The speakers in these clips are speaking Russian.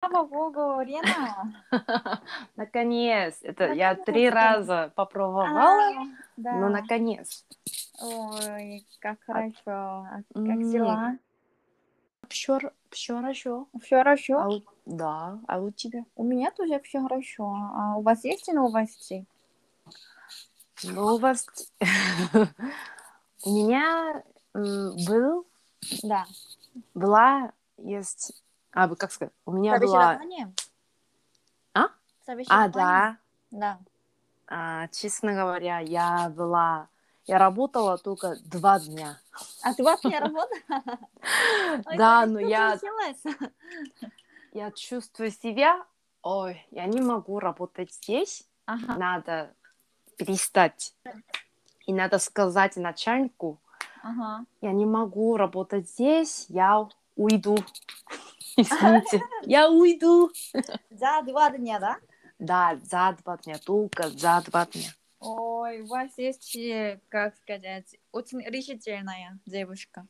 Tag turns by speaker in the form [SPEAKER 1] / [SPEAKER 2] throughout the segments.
[SPEAKER 1] Слава богу, Лена.
[SPEAKER 2] Наконец. Это я
[SPEAKER 1] Наконец-то.
[SPEAKER 2] три раза попробовала,
[SPEAKER 1] А, Да.
[SPEAKER 2] но наконец.
[SPEAKER 1] Ой, как хорошо. А Как
[SPEAKER 2] М.
[SPEAKER 1] дела?
[SPEAKER 2] Всё р- всё хорошо.
[SPEAKER 1] Все
[SPEAKER 2] А
[SPEAKER 1] хорошо?
[SPEAKER 2] у- Да, а у тебя?
[SPEAKER 1] У меня тоже все хорошо. А у вас есть новости?
[SPEAKER 2] Новость. Ну, У меня м, был,
[SPEAKER 1] Да.
[SPEAKER 2] была, есть... А, вы как сказать? У меня была...
[SPEAKER 1] Собеседование?
[SPEAKER 2] А?
[SPEAKER 1] Собеседование?
[SPEAKER 2] А, да.
[SPEAKER 1] Да.
[SPEAKER 2] А, честно говоря, я была... Я работала только два дня.
[SPEAKER 1] А ты вообще работала? Ой,
[SPEAKER 2] Да,
[SPEAKER 1] как
[SPEAKER 2] но
[SPEAKER 1] всё
[SPEAKER 2] я-
[SPEAKER 1] получилось.
[SPEAKER 2] Я чувствую себя... Ой, я не могу работать здесь.
[SPEAKER 1] Ага.
[SPEAKER 2] Надо перестать. И надо сказать начальнику,
[SPEAKER 1] Ага.
[SPEAKER 2] я не могу работать здесь, я уйду. Извините, я уйду.
[SPEAKER 1] За два дня, да?
[SPEAKER 2] Да, за два дня, только за два дня.
[SPEAKER 1] Ой, у вас есть, э, как сказать, очень решительная девушка.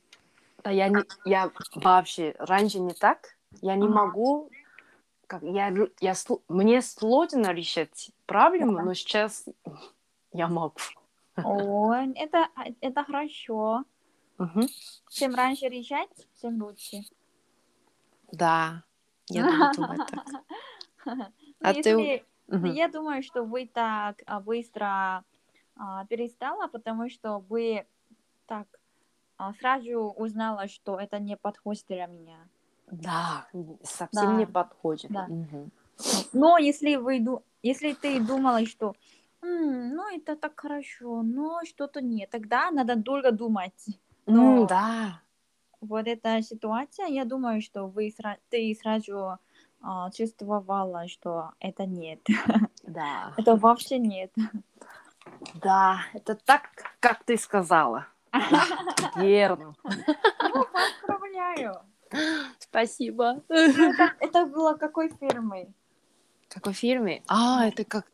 [SPEAKER 2] Да, я, не, я вообще раньше не так. Я не
[SPEAKER 1] Ага.
[SPEAKER 2] могу, как я, ру- я, сл- мне сложно решать проблему,
[SPEAKER 1] Да.
[SPEAKER 2] но сейчас я могу.
[SPEAKER 1] Ой, это, а, это хорошо.
[SPEAKER 2] Мгм.
[SPEAKER 1] Чем раньше решать, тем лучше.
[SPEAKER 2] Да, я думаю, думаю так. А ты-
[SPEAKER 1] Если-
[SPEAKER 2] Мгм.
[SPEAKER 1] Я думаю, что вы так а, быстро а, перестала, потому что вы так а, сразу узнала, что это не подходит для меня.
[SPEAKER 2] Да, совсем
[SPEAKER 1] Да.
[SPEAKER 2] не подходит.
[SPEAKER 1] Да.
[SPEAKER 2] Мгм.
[SPEAKER 1] Но если вы ду- если ты думала, что «М, ну это так хорошо, но что-то нет, тогда надо долго думать. Но-
[SPEAKER 2] М, да,
[SPEAKER 1] Вот эта ситуация, я думаю, что вы сра- ты сразу а, чувствовала, что это нет,
[SPEAKER 2] да,
[SPEAKER 1] это вообще нет.
[SPEAKER 2] да, это так, как ты сказала. Верно.
[SPEAKER 1] Ну, поздравляю.
[SPEAKER 2] Спасибо.
[SPEAKER 1] Это, это было какой фирмой?
[SPEAKER 2] Какой фильме? А, это как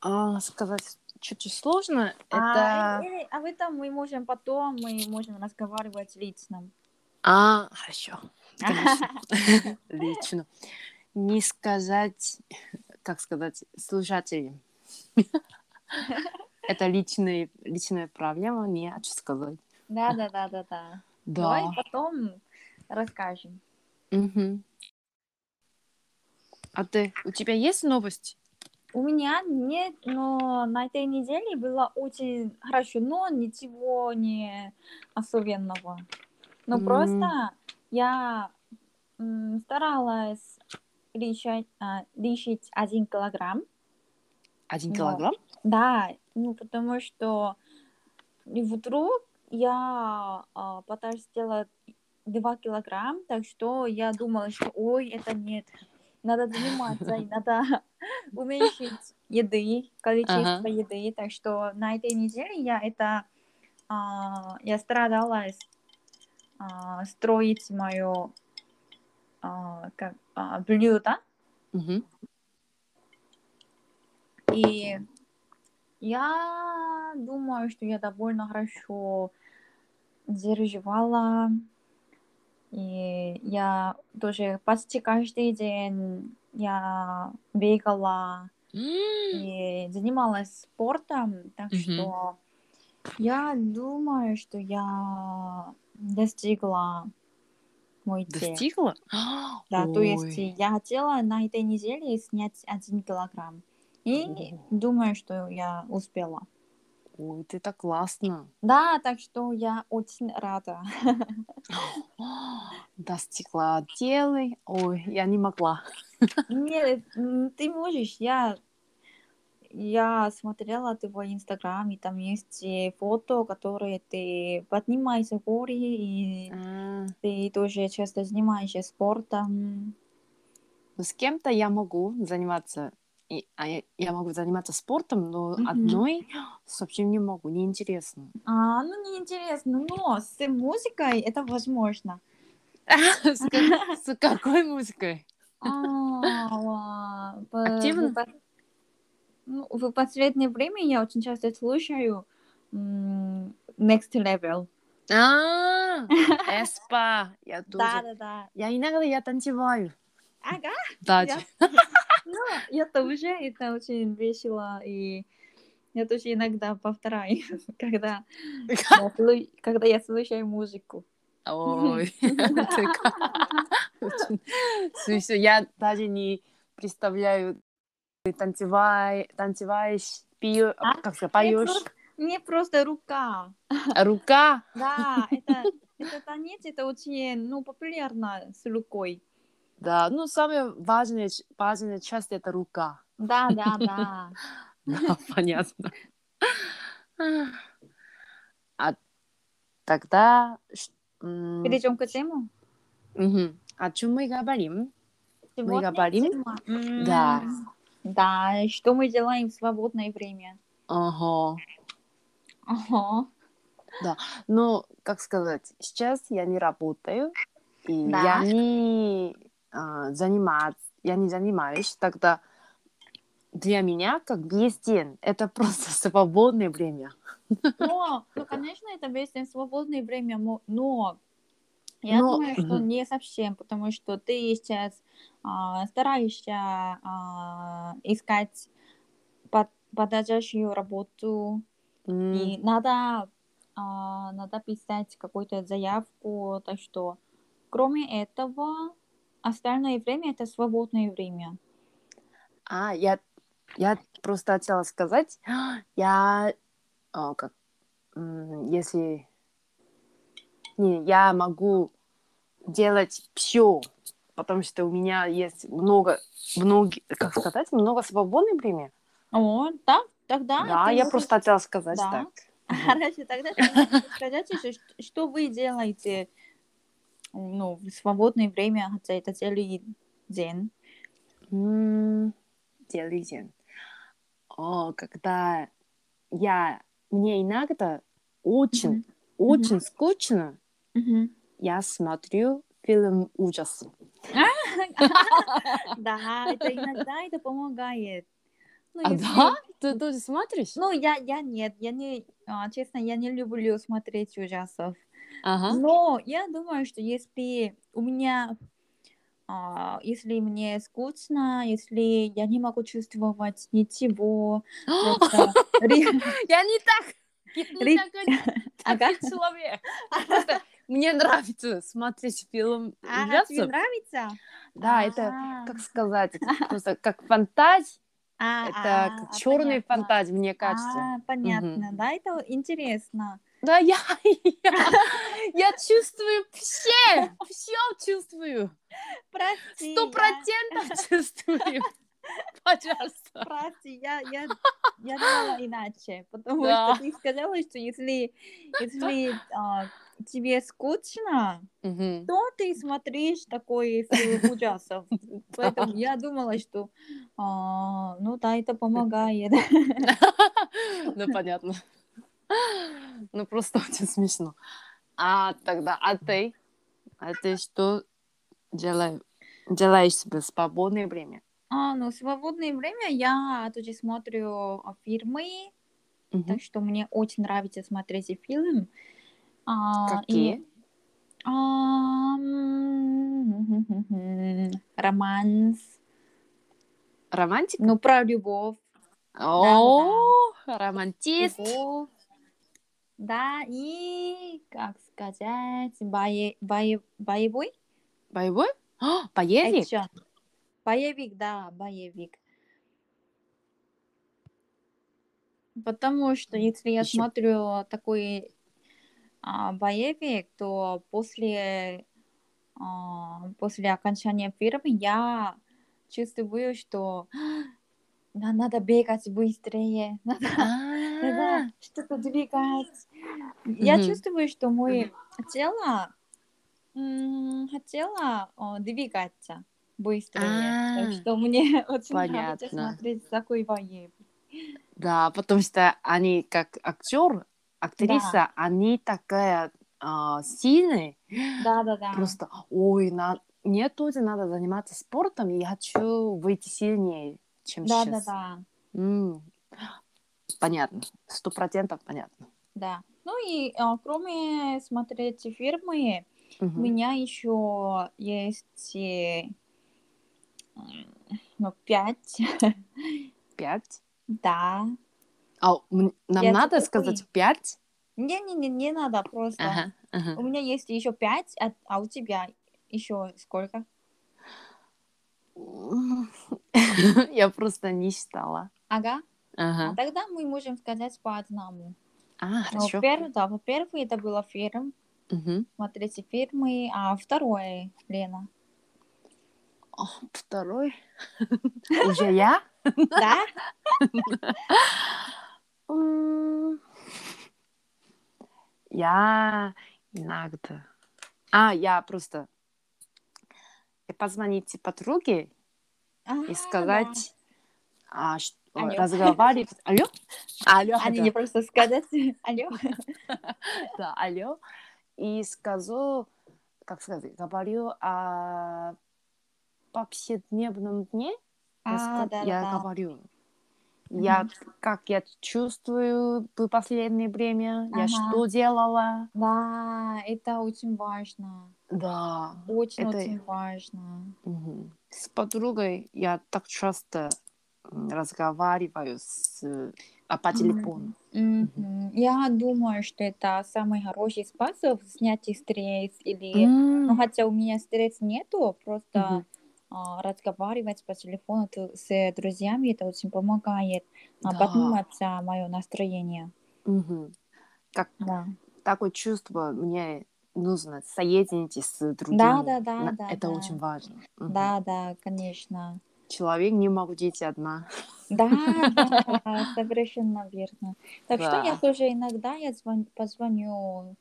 [SPEAKER 2] а, сказать чуть-чуть сложно.
[SPEAKER 1] А,
[SPEAKER 2] Это...
[SPEAKER 1] или- об этом мы можем потом, мы можем разговаривать лично.
[SPEAKER 2] А, хорошо. Лично. Не сказать, как сказать, слушателям. Это личная, личная проблема, не хочу сказать.
[SPEAKER 1] Да, да, да, да, да. Давай
[SPEAKER 2] Да.
[SPEAKER 1] потом расскажем.
[SPEAKER 2] Мгм. А ты, у тебя есть новость?
[SPEAKER 1] У меня нет, но на этой неделе было очень хорошо, но ничего не особенного. Но
[SPEAKER 2] М.
[SPEAKER 1] просто я м, старалась решать, а, решить один килограмм.
[SPEAKER 2] Один
[SPEAKER 1] Ну,
[SPEAKER 2] килограмм?
[SPEAKER 1] Да, ну потому что вдруг я а, потратила 2 килограмм, так что я думала, что ой, это нет, надо заниматься, и надо уменьшить еды, количество
[SPEAKER 2] Ага.
[SPEAKER 1] еды, так что на этой неделе я это, а, я старалась а, строить мое как, а, блюдо,
[SPEAKER 2] Мгм.
[SPEAKER 1] и я думаю, что я довольно хорошо держала. И я тоже почти каждый день я бегала и занималась спортом, так
[SPEAKER 2] Мгм.
[SPEAKER 1] что я думаю, что я достигла мой цель.
[SPEAKER 2] Достигла?
[SPEAKER 1] Да, то есть
[SPEAKER 2] Ой.
[SPEAKER 1] я хотела на этой неделе снять один килограмм. И
[SPEAKER 2] Ого.
[SPEAKER 1] думаю, что я успела.
[SPEAKER 2] Ой, ты так классно.
[SPEAKER 1] Да, так что я очень рада.
[SPEAKER 2] Достигла делай. Ой, я не могла.
[SPEAKER 1] Нет, м, ты можешь, я, я смотрела твой инстаграм, и там есть э, фото, которые ты поднимаешь в горы, и
[SPEAKER 2] Ну,
[SPEAKER 1] ты тоже часто занимаешься спортом.
[SPEAKER 2] ну, с кем-то я могу заниматься. И- а я, я могу заниматься спортом, но
[SPEAKER 1] Мгм.
[SPEAKER 2] одной совсем не могу, неинтересно.
[SPEAKER 1] А, ну, неинтересно, но с музыкой это возможно.
[SPEAKER 2] С как- с какой музыкой?
[SPEAKER 1] А, по-
[SPEAKER 2] Активно?
[SPEAKER 1] в по- Ну, в последнее время я очень часто слушаю м, Next Level.
[SPEAKER 2] А, Эспа. Я тоже.
[SPEAKER 1] Да-да-да.
[SPEAKER 2] Я иногда я танцеваю.
[SPEAKER 1] Ага.
[SPEAKER 2] Да,
[SPEAKER 1] Я- Но это Ну, уже это очень весело и я тоже иногда повторяю, когда я, слы- когда я слушаю музыку.
[SPEAKER 2] Ой, ты как? Очень смешно. Я даже не представляю, ты танцевай- танцеваешь, пьё-
[SPEAKER 1] А?
[SPEAKER 2] как сказать, поешь,
[SPEAKER 1] просто- Мне просто рука.
[SPEAKER 2] рука.
[SPEAKER 1] Да, это, это танец, это очень ну, популярно с рукой.
[SPEAKER 2] Да, ну самая важная, ч- важная часть это рука.
[SPEAKER 1] Да, да, да.
[SPEAKER 2] Да, понятно. А тогда... ш- м,
[SPEAKER 1] Перейдем к этому.
[SPEAKER 2] мгм. О чем мы говорим? Мы говорим?
[SPEAKER 1] М,
[SPEAKER 2] Да.
[SPEAKER 1] Да, что мы делаем в свободное время?
[SPEAKER 2] Ага.
[SPEAKER 1] Ага.
[SPEAKER 2] Ну, как сказать, сейчас я не работаю, и
[SPEAKER 1] Да.
[SPEAKER 2] я не а, занимаюсь, я не занимаюсь, тогда для меня как весь день это просто свободное время.
[SPEAKER 1] Но, ну, конечно, это весь день свободное время, мо- но я
[SPEAKER 2] Но-
[SPEAKER 1] думаю, что
[SPEAKER 2] Мгм.
[SPEAKER 1] не совсем, потому что ты сейчас а, стараешься а, искать под- подходящую работу,
[SPEAKER 2] М,
[SPEAKER 1] и надо, а, надо писать какую-то заявку, так что кроме этого, остальное время это свободное время.
[SPEAKER 2] А, я, я просто хотела сказать, я а, как, м, если не, я могу делать все, потому что у меня есть много, многие, как сказать, много свободного времени.
[SPEAKER 1] О, да, тогда...
[SPEAKER 2] да,
[SPEAKER 1] ты
[SPEAKER 2] я
[SPEAKER 1] можешь-
[SPEAKER 2] просто хотела сказать
[SPEAKER 1] Да.
[SPEAKER 2] так. Мгм.
[SPEAKER 1] Хорошо, тогда ты можешь сказать еще, что- что вы делаете ну, в свободное время, хотя это целый день.
[SPEAKER 2] М, Целый день. О, когда я, мне иногда очень, очень скучно,
[SPEAKER 1] Мгм.
[SPEAKER 2] Я смотрю фильм ужасов.
[SPEAKER 1] Да, это иногда это помогает. Ну,
[SPEAKER 2] А
[SPEAKER 1] если-
[SPEAKER 2] да? Ты тоже смотришь?
[SPEAKER 1] Ну, я, я нет, я не, а, честно, я не люблю смотреть ужасов.
[SPEAKER 2] Ага.
[SPEAKER 1] Но я думаю, что если у меня, а, если мне скучно, если я не могу чувствовать ничего, это ре-
[SPEAKER 2] Ну, Я не так! Я
[SPEAKER 1] Ри-
[SPEAKER 2] не такой-
[SPEAKER 1] Ага.
[SPEAKER 2] такой человек. А Просто Мне нравится смотреть фильм
[SPEAKER 1] А, тебе
[SPEAKER 2] ужасов.
[SPEAKER 1] нравится?
[SPEAKER 2] Да, это,
[SPEAKER 1] А,
[SPEAKER 2] как сказать, просто как фантазия.
[SPEAKER 1] а, а,
[SPEAKER 2] Это
[SPEAKER 1] а,
[SPEAKER 2] как черный
[SPEAKER 1] понятно.
[SPEAKER 2] фантазия, мне кажется.
[SPEAKER 1] А, понятно, да, это интересно.
[SPEAKER 2] Да, я, я, я чувствую все, все чувствую.
[SPEAKER 1] Прости,
[SPEAKER 2] Сто
[SPEAKER 1] я-
[SPEAKER 2] процентов чувствую. Пожалуйста.
[SPEAKER 1] Прости, я, я, я думала иначе, потому
[SPEAKER 2] Да.
[SPEAKER 1] что ты сказала, что если, если а, тебе скучно,
[SPEAKER 2] Мгм.
[SPEAKER 1] то ты смотришь такой фильм ужасов. Поэтому я думала, что а, ну да, это помогает.
[SPEAKER 2] Ну, понятно. Ну, просто очень смешно. А тогда, а ты? А ты что делаешь, делаешь себе в свободное время?
[SPEAKER 1] А, ну, в свободное время я тоже смотрю а, фильмы,
[SPEAKER 2] Мгм.
[SPEAKER 1] Так что мне очень нравится смотреть и фильмы. А,
[SPEAKER 2] Какие?
[SPEAKER 1] и, а, м, романс.
[SPEAKER 2] Романтик?
[SPEAKER 1] Ну, про любовь.
[SPEAKER 2] О, романтист.
[SPEAKER 1] любовь. Да, и, как сказать, бое- бое- боевой?
[SPEAKER 2] Боевой? А, Боевик?
[SPEAKER 1] Экшен. Боевик, да, боевик. Потому что если я
[SPEAKER 2] Ещё-
[SPEAKER 1] смотрю такой а, боевик, то после, а, после окончания фильма я чувствую, что «На- надо бегать быстрее, надо,
[SPEAKER 2] А,
[SPEAKER 1] надо что-то двигать. Я
[SPEAKER 2] Мгм.
[SPEAKER 1] чувствую, что мое тело м, хотело о, двигаться быстрее.
[SPEAKER 2] А,
[SPEAKER 1] Так что мне очень нравится
[SPEAKER 2] понятно.
[SPEAKER 1] смотреть такой боевик.
[SPEAKER 2] Да, потому что они как актер, актриса, они такая а, сильная,
[SPEAKER 1] Да-да-да.
[SPEAKER 2] Просто, ой, на... мне тоже надо заниматься спортом, и я хочу выйти сильнее, чем сейчас.
[SPEAKER 1] Да-да-да.
[SPEAKER 2] М, Понятно, сто процентов понятно.
[SPEAKER 1] Да. Ну и э, кроме смотреть фильмы,
[SPEAKER 2] Мгм.
[SPEAKER 1] У меня еще есть э, м, ну, пять.
[SPEAKER 2] Пять.
[SPEAKER 1] Да.
[SPEAKER 2] А м- нам
[SPEAKER 1] Я
[SPEAKER 2] надо
[SPEAKER 1] теперь
[SPEAKER 2] сказать пять?
[SPEAKER 1] Не-не-не, не надо просто.
[SPEAKER 2] Ага, ага.
[SPEAKER 1] У меня есть еще пять, а, а у тебя еще сколько?
[SPEAKER 2] Я просто не считала.
[SPEAKER 1] Ага. А
[SPEAKER 2] Ага.
[SPEAKER 1] тогда мы можем сказать по одному.
[SPEAKER 2] А,
[SPEAKER 1] Ну,
[SPEAKER 2] хорошо.
[SPEAKER 1] пер- да, во-первых, это было фильм.
[SPEAKER 2] Мгм.
[SPEAKER 1] Смотрите фильмы. А второе, Лена.
[SPEAKER 2] О, Второй. Уже я?
[SPEAKER 1] Да?
[SPEAKER 2] М, Я иногда. А, я просто я позвонить типа подруге и
[SPEAKER 1] А, да.
[SPEAKER 2] сказать, а, ш-
[SPEAKER 1] Алло.
[SPEAKER 2] разговаривать. Алло? Алло,
[SPEAKER 1] А
[SPEAKER 2] да.
[SPEAKER 1] не просто сказать. Алло.
[SPEAKER 2] Да, алло. И сказал, как сказать, говорю о повседневном дне. Я,
[SPEAKER 1] А,
[SPEAKER 2] ска-
[SPEAKER 1] да,
[SPEAKER 2] я
[SPEAKER 1] да.
[SPEAKER 2] говорю. Я
[SPEAKER 1] Мгм.
[SPEAKER 2] как я чувствую в последнее время, я
[SPEAKER 1] Ага.
[SPEAKER 2] что делала.
[SPEAKER 1] Да, это очень важно.
[SPEAKER 2] Да. Это-
[SPEAKER 1] Очень-очень важно.
[SPEAKER 2] Мгм. С подругой я так часто м, разговариваю с, э, а, по телефону.
[SPEAKER 1] Мгм. Я думаю, что это самый хороший способ снять стресс или...
[SPEAKER 2] М,
[SPEAKER 1] Ну, хотя у меня стресс нету, просто
[SPEAKER 2] мгм.
[SPEAKER 1] а, разговаривать по телефону т- с друзьями, это очень помогает а,
[SPEAKER 2] Да.
[SPEAKER 1] подниматься мое настроение.
[SPEAKER 2] Мгм. Как
[SPEAKER 1] Да,
[SPEAKER 2] такое чувство мне нужно соединить с другими.
[SPEAKER 1] да,
[SPEAKER 2] На-
[SPEAKER 1] да,
[SPEAKER 2] Это
[SPEAKER 1] да.
[SPEAKER 2] очень важно. Мгм.
[SPEAKER 1] да, да, конечно.
[SPEAKER 2] Человек не может жить одна.
[SPEAKER 1] Да, да, совершенно верно. Так что я
[SPEAKER 2] Да.
[SPEAKER 1] тоже иногда я звон- позвоню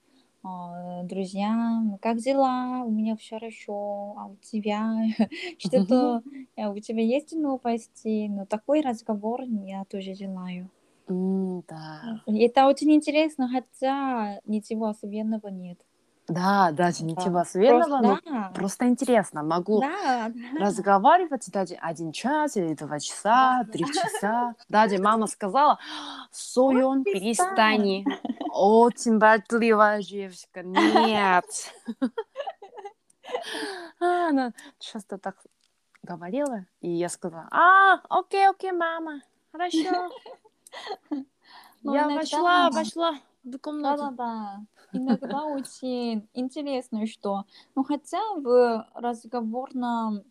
[SPEAKER 1] а, друзьям, как дела, у меня все хорошо, а у тебя что-то, э, у тебя есть новости, но такой разговор я тоже желаю.
[SPEAKER 2] М, Да,
[SPEAKER 1] Это очень интересно, хотя ничего особенного нет.
[SPEAKER 2] да, даже
[SPEAKER 1] Да.
[SPEAKER 2] ничего особенного, Ну, но
[SPEAKER 1] Просто- да,
[SPEAKER 2] просто интересно. Могу
[SPEAKER 1] да,
[SPEAKER 2] разговаривать даже один час или два часа, три часа. Даже мама сказала, Союн,
[SPEAKER 1] перестань».
[SPEAKER 2] перестань. Очень болтливая девочка. Нет. А, Она часто так говорила, и я сказала, а, окей, окей, мама, хорошо.
[SPEAKER 1] Ну,
[SPEAKER 2] Я
[SPEAKER 1] иногда-
[SPEAKER 2] вошла, вошла в
[SPEAKER 1] Да,
[SPEAKER 2] комнату.
[SPEAKER 1] да, да. Иногда очень интересно, что, ну хотя в разговорном,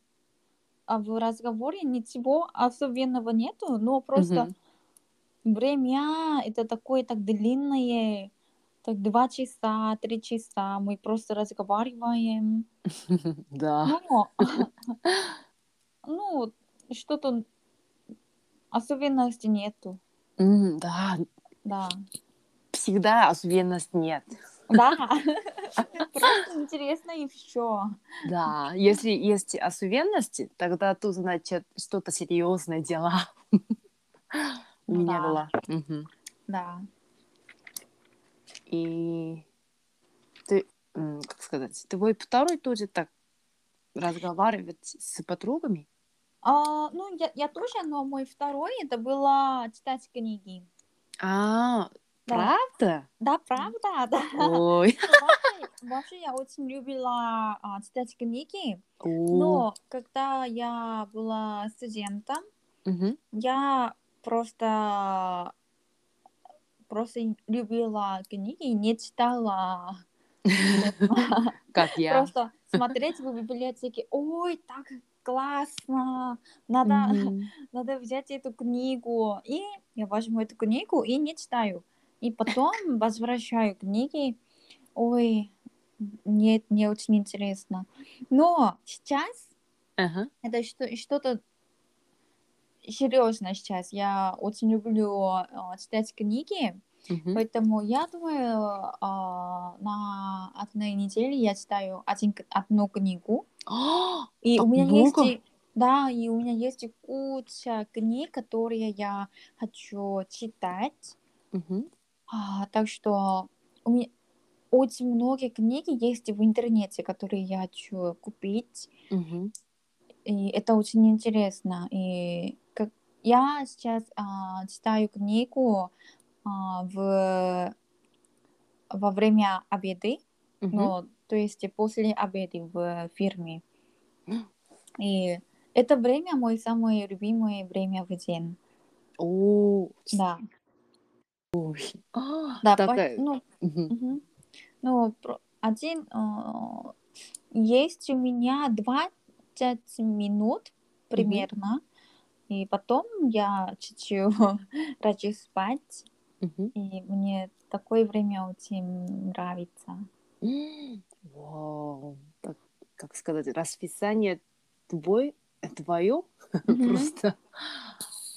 [SPEAKER 1] а в разговоре ничего особенного нету, но просто
[SPEAKER 2] Мгм.
[SPEAKER 1] время это такое так длинное, так два часа, три часа мы просто разговариваем.
[SPEAKER 2] Да.
[SPEAKER 1] Ну, ну что-то особенности нету,
[SPEAKER 2] М, Да,
[SPEAKER 1] да.
[SPEAKER 2] всегда особенность нет.
[SPEAKER 1] Да, просто интересно и все.
[SPEAKER 2] Да, если есть особенности, тогда тут, значит, что-то серьезное дела. У
[SPEAKER 1] Ну
[SPEAKER 2] меня
[SPEAKER 1] да.
[SPEAKER 2] было. Мгм.
[SPEAKER 1] Да.
[SPEAKER 2] И ты, м, как сказать, твой второй тоже так разговаривать с подругами?
[SPEAKER 1] А, ну, я, я тоже, но мой второй это было читать книги.
[SPEAKER 2] А,
[SPEAKER 1] Да,
[SPEAKER 2] правда?
[SPEAKER 1] да правда, да.
[SPEAKER 2] Ой.
[SPEAKER 1] Вообще, вообще я очень любила а, читать книги,
[SPEAKER 2] О.
[SPEAKER 1] но когда я была студентом,
[SPEAKER 2] Мгм.
[SPEAKER 1] я просто просто любила книги и не читала.
[SPEAKER 2] Как я.
[SPEAKER 1] Просто смотреть в библиотеке, ой, так классно, надо,
[SPEAKER 2] Мгм.
[SPEAKER 1] надо взять эту книгу. И я возьму эту книгу и не читаю. И потом возвращаю книги. Ой, нет, мне очень интересно. Но сейчас
[SPEAKER 2] Ага.
[SPEAKER 1] это что- что-то серьезно сейчас. Я очень люблю э, читать книги,
[SPEAKER 2] Мгм.
[SPEAKER 1] поэтому я думаю, а, на одной неделе я читаю один, к- одну книгу.
[SPEAKER 2] А,
[SPEAKER 1] И
[SPEAKER 2] Так
[SPEAKER 1] у меня
[SPEAKER 2] много?
[SPEAKER 1] есть, и- да, и у меня есть и куча книг, которые я хочу читать.
[SPEAKER 2] мгм.
[SPEAKER 1] А, так что у меня очень многие книги есть в интернете, которые я хочу купить.
[SPEAKER 2] Мгм.
[SPEAKER 1] И это очень интересно. И как я сейчас а, читаю книгу а, в во время обеды,
[SPEAKER 2] Мгм.
[SPEAKER 1] но то есть после обеда в фирме. И Это время мой самое любимое время в день.
[SPEAKER 2] О,
[SPEAKER 1] Да.
[SPEAKER 2] а,
[SPEAKER 1] Да, по-
[SPEAKER 2] такая.
[SPEAKER 1] ну,
[SPEAKER 2] Мгм.
[SPEAKER 1] мгм. Ну, про- один э, есть у меня 20 минут примерно. И потом я чуть-чуть хочу спать.
[SPEAKER 2] Мгм.
[SPEAKER 1] И мне такое время очень нравится.
[SPEAKER 2] М, Вау. Так, как сказать, расписание твой, твое
[SPEAKER 1] Мгм.
[SPEAKER 2] просто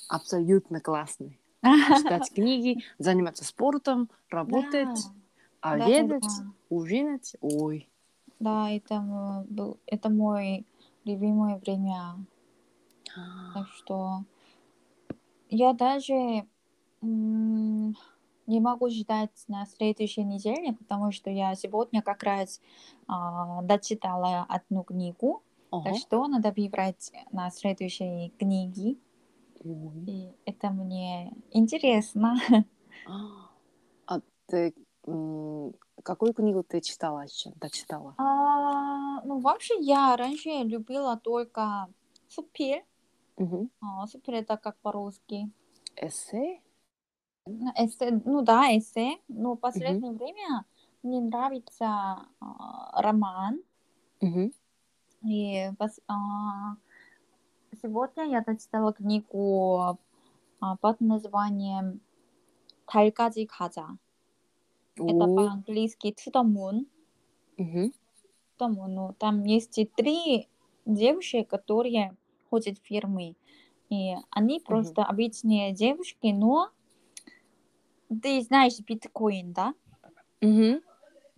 [SPEAKER 2] абсолютно классное. Читать книги, заниматься спортом, работать,
[SPEAKER 1] Да, да,
[SPEAKER 2] обедать,
[SPEAKER 1] да.
[SPEAKER 2] ужинать. Ой,
[SPEAKER 1] Да, это, м, был, это мой любимое время. Так что я даже м, не могу ждать на следующей неделе, потому что я сегодня как раз а, дочитала одну книгу.
[SPEAKER 2] Ага.
[SPEAKER 1] Так что надо выбрать на следующей книге.
[SPEAKER 2] Ой.
[SPEAKER 1] И это мне интересно.
[SPEAKER 2] А, а ты м, какую книгу ты читала еще? Дочитала?
[SPEAKER 1] А, ну, вообще, я раньше любила только супер.
[SPEAKER 2] Мгм.
[SPEAKER 1] А, супер это как по-русски.
[SPEAKER 2] Эссе?
[SPEAKER 1] Ну, эссе- ну да, эссе, но в последнее время мне нравится а, роман.
[SPEAKER 2] Мгм.
[SPEAKER 1] И пос- а, сегодня я дочитала книгу а, под названием «달까지 가자». Это
[SPEAKER 2] Ой.
[SPEAKER 1] по-английски «To the moon».
[SPEAKER 2] Мгм.
[SPEAKER 1] To the moon. Ну, там есть и три девушки, которые ходят в фирмы. И они просто обычные девушки, но ты знаешь биткоин, да?
[SPEAKER 2] Мгм.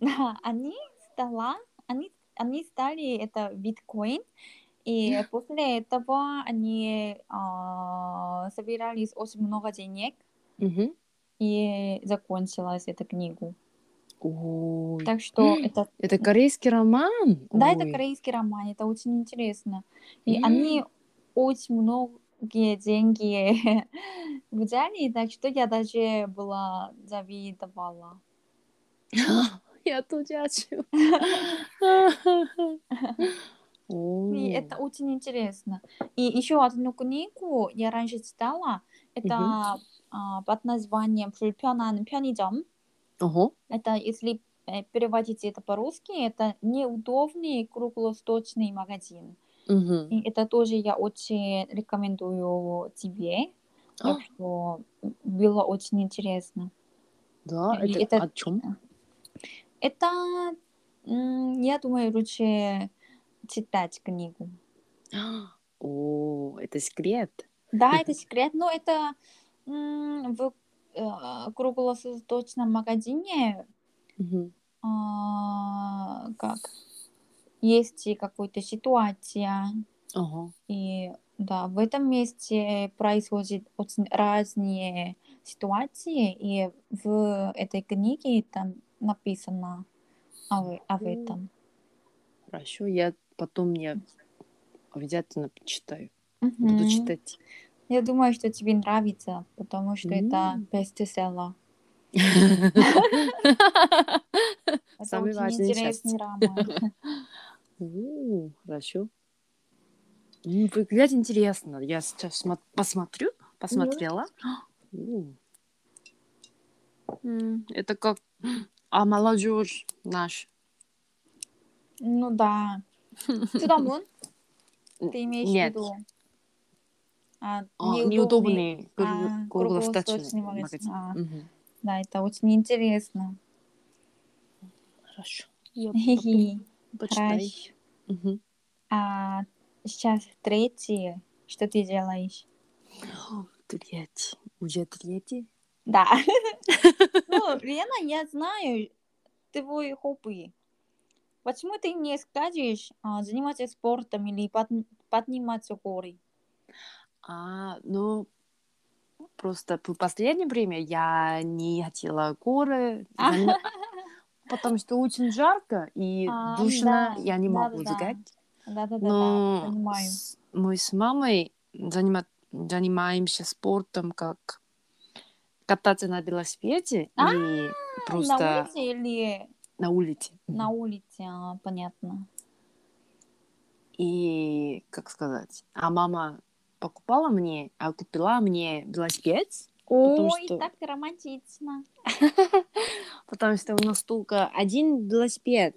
[SPEAKER 1] Да, они стала, они, они стали это биткоин, и после этого они а, собирались очень много денег,
[SPEAKER 2] Мгм.
[SPEAKER 1] и закончилась эта книга.
[SPEAKER 2] Ой.
[SPEAKER 1] Так что это,
[SPEAKER 2] Это корейский роман?
[SPEAKER 1] да, это
[SPEAKER 2] Ой.
[SPEAKER 1] корейский роман, это очень интересно. И
[SPEAKER 2] М.
[SPEAKER 1] они очень многие деньги взяли, так что я даже была завидовала.
[SPEAKER 2] Я тут ячу.
[SPEAKER 1] И
[SPEAKER 2] Ой.
[SPEAKER 1] это очень интересно. И еще одну книгу я раньше читала. Это а, под названием «불편한 편의점».
[SPEAKER 2] Ого.
[SPEAKER 1] Это, если э, переводить это по-русски, это «Неудобный круглосуточный магазин».
[SPEAKER 2] Мгм.
[SPEAKER 1] И это тоже я очень рекомендую тебе.
[SPEAKER 2] А,
[SPEAKER 1] Так что было очень интересно.
[SPEAKER 2] Да,
[SPEAKER 1] И
[SPEAKER 2] это
[SPEAKER 1] это-
[SPEAKER 2] о чем?
[SPEAKER 1] Это, м, я думаю, лучше читать книгу.
[SPEAKER 2] О, это секрет.
[SPEAKER 1] Да, это секрет, но это м, в э, круглосуточном магазине
[SPEAKER 2] Мгм.
[SPEAKER 1] а, как есть и какая-то ситуация,
[SPEAKER 2] Ага.
[SPEAKER 1] и да, в этом месте происходят очень разные ситуации, и в этой книге там написано о- об
[SPEAKER 2] Мгм.
[SPEAKER 1] этом.
[SPEAKER 2] Хорошо, я потом я обязательно почитаю. Буду
[SPEAKER 1] Мгм.
[SPEAKER 2] читать.
[SPEAKER 1] Я думаю, что тебе нравится, потому что это
[SPEAKER 2] М.
[SPEAKER 1] бестселлер. Это
[SPEAKER 2] Самый
[SPEAKER 1] очень
[SPEAKER 2] важный часть.
[SPEAKER 1] интересный роман.
[SPEAKER 2] О, Хорошо. М, Выглядит интересно. Я сейчас смо- посмотрю. Посмотрела. О. М, Это как а молодежь наш.
[SPEAKER 1] Ну да. Цудамун? Ты имеешь в
[SPEAKER 2] Нет.
[SPEAKER 1] виду? А,
[SPEAKER 2] А,
[SPEAKER 1] неудобный.
[SPEAKER 2] неудобный кругло-
[SPEAKER 1] а,
[SPEAKER 2] круглосуточный
[SPEAKER 1] круглосуточный магазин.
[SPEAKER 2] магазин.
[SPEAKER 1] А,
[SPEAKER 2] Мгм.
[SPEAKER 1] Да, это очень интересно.
[SPEAKER 2] Хорошо. Я потом
[SPEAKER 1] Хи-хи.
[SPEAKER 2] почитаю.
[SPEAKER 1] Хорошо.
[SPEAKER 2] Мгм.
[SPEAKER 1] А сейчас третье. Что ты делаешь?
[SPEAKER 2] Третий. Уже третий?
[SPEAKER 1] Да. Ну, Лена, я знаю твои хобби. Почему ты не скажешь а, заниматься спортом или под- подниматься горы?
[SPEAKER 2] А, ну, просто в последнее время я не хотела горы,
[SPEAKER 1] А,
[SPEAKER 2] заним- потому что очень жарко и
[SPEAKER 1] А,
[SPEAKER 2] душно,
[SPEAKER 1] да,
[SPEAKER 2] я не
[SPEAKER 1] да,
[SPEAKER 2] могу
[SPEAKER 1] да, да.
[SPEAKER 2] сгать.
[SPEAKER 1] Да-да-да,
[SPEAKER 2] Но
[SPEAKER 1] понимаю.
[SPEAKER 2] с- мы с мамой занима- занимаемся спортом, как кататься на велосипеде и
[SPEAKER 1] На
[SPEAKER 2] просто
[SPEAKER 1] улице или
[SPEAKER 2] на улице.
[SPEAKER 1] на
[SPEAKER 2] Мгм.
[SPEAKER 1] улице, а, понятно.
[SPEAKER 2] И И, как сказать, а мама покупала мне, а купила мне велосипед,
[SPEAKER 1] Ой,
[SPEAKER 2] что-
[SPEAKER 1] так романтично.
[SPEAKER 2] потому что у нас только один велосипед.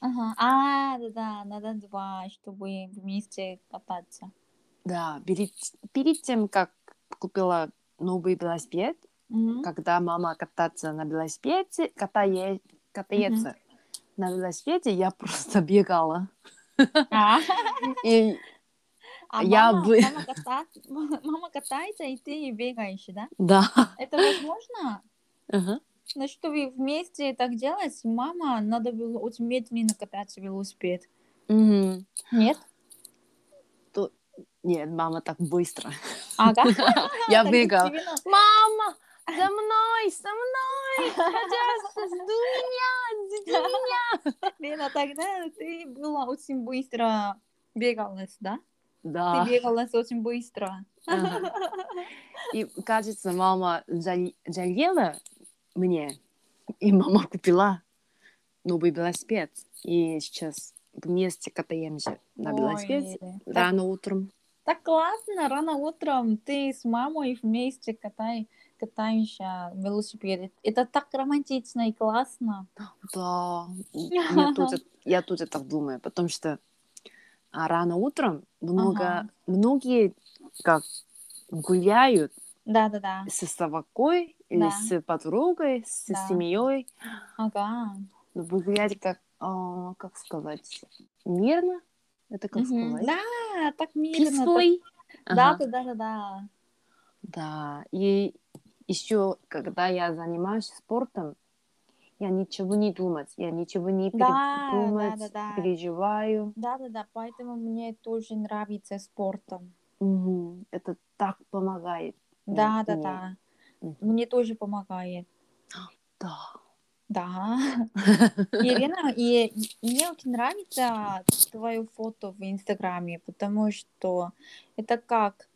[SPEAKER 1] Ага. А, да-да, надо два, чтобы вместе кататься.
[SPEAKER 2] Да, перед, перед тем, как купила новый велосипед,
[SPEAKER 1] Мгм.
[SPEAKER 2] когда мама кататься на велосипеде, катае, катается на велосипеде, я просто бегала.
[SPEAKER 1] А,
[SPEAKER 2] И
[SPEAKER 1] а
[SPEAKER 2] Я
[SPEAKER 1] мама,
[SPEAKER 2] бы-
[SPEAKER 1] мама, ката- мама катается, и ты бегаешь, да?
[SPEAKER 2] да.
[SPEAKER 1] Это возможно?
[SPEAKER 2] Ага.
[SPEAKER 1] Ну, чтобы вместе так делать, мама, надо было очень медленно кататься велосипед.
[SPEAKER 2] Мгм.
[SPEAKER 1] Нет?
[SPEAKER 2] Нет, мама так быстро.
[SPEAKER 1] Ага.
[SPEAKER 2] Я
[SPEAKER 1] Так
[SPEAKER 2] бегала.
[SPEAKER 1] удивительно.
[SPEAKER 2] Мама, за мной, со мной, пожалуйста, жду меня, жду меня.
[SPEAKER 1] Лена, а тогда ты была очень быстро бегалась, да?
[SPEAKER 2] Да.
[SPEAKER 1] Ты бегалась очень быстро.
[SPEAKER 2] Ага. И кажется, мама жаль- жалела мне, и мама купила новый велосипед. И сейчас вместе катаемся на
[SPEAKER 1] Ой,
[SPEAKER 2] велосипеде
[SPEAKER 1] так-
[SPEAKER 2] рано утром.
[SPEAKER 1] Так классно, рано утром ты с мамой вместе катай, катаешься на велосипеде. Это так романтично и классно.
[SPEAKER 2] Да, я тоже, я тоже так думаю, потому что а, рано утром много,
[SPEAKER 1] Ага.
[SPEAKER 2] многие как гуляют
[SPEAKER 1] Да-да-да.
[SPEAKER 2] со собакой или
[SPEAKER 1] Да.
[SPEAKER 2] с подругой, с
[SPEAKER 1] Да.
[SPEAKER 2] семьей.
[SPEAKER 1] Ага.
[SPEAKER 2] Вы гуляете как, а, как сказать, мирно? Это как
[SPEAKER 1] Мгм.
[SPEAKER 2] сказать?
[SPEAKER 1] Да, так мирно. так-
[SPEAKER 2] Peacefully.
[SPEAKER 1] Да, да,
[SPEAKER 2] Ага.
[SPEAKER 1] да, да, да.
[SPEAKER 2] Да, и еще, когда я занимаюсь спортом, я ничего не думать, я ничего не пере-
[SPEAKER 1] Да,
[SPEAKER 2] думать,
[SPEAKER 1] да, да, да.
[SPEAKER 2] переживаю.
[SPEAKER 1] Да, да, да, поэтому мне тоже нравится спортом.
[SPEAKER 2] Мгм. Это так помогает. Мгм.
[SPEAKER 1] Да, да, да.
[SPEAKER 2] Мгм.
[SPEAKER 1] Мне тоже помогает.
[SPEAKER 2] Да.
[SPEAKER 1] Да. Ирина, и мне очень нравится твое фото в Инстаграме, потому что это как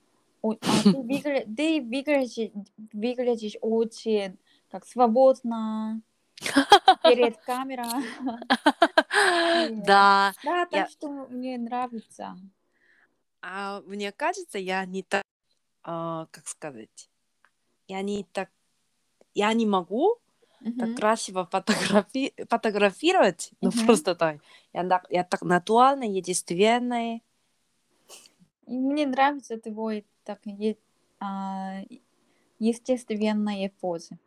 [SPEAKER 1] о- а, ты, выгля- ты выглядишь, выглядишь очень как свободно перед камерой.
[SPEAKER 2] Да.
[SPEAKER 1] Да, так
[SPEAKER 2] Я-
[SPEAKER 1] что мне нравится.
[SPEAKER 2] А мне кажется, я не так, а, как сказать, я не так, я не могу так
[SPEAKER 1] Мгм.
[SPEAKER 2] красиво фотографи- фотографировать, ну
[SPEAKER 1] Мгм.
[SPEAKER 2] просто так. Я, так, я так натуральная, единственная.
[SPEAKER 1] И Мне нравится твой так е- а, естественная поза.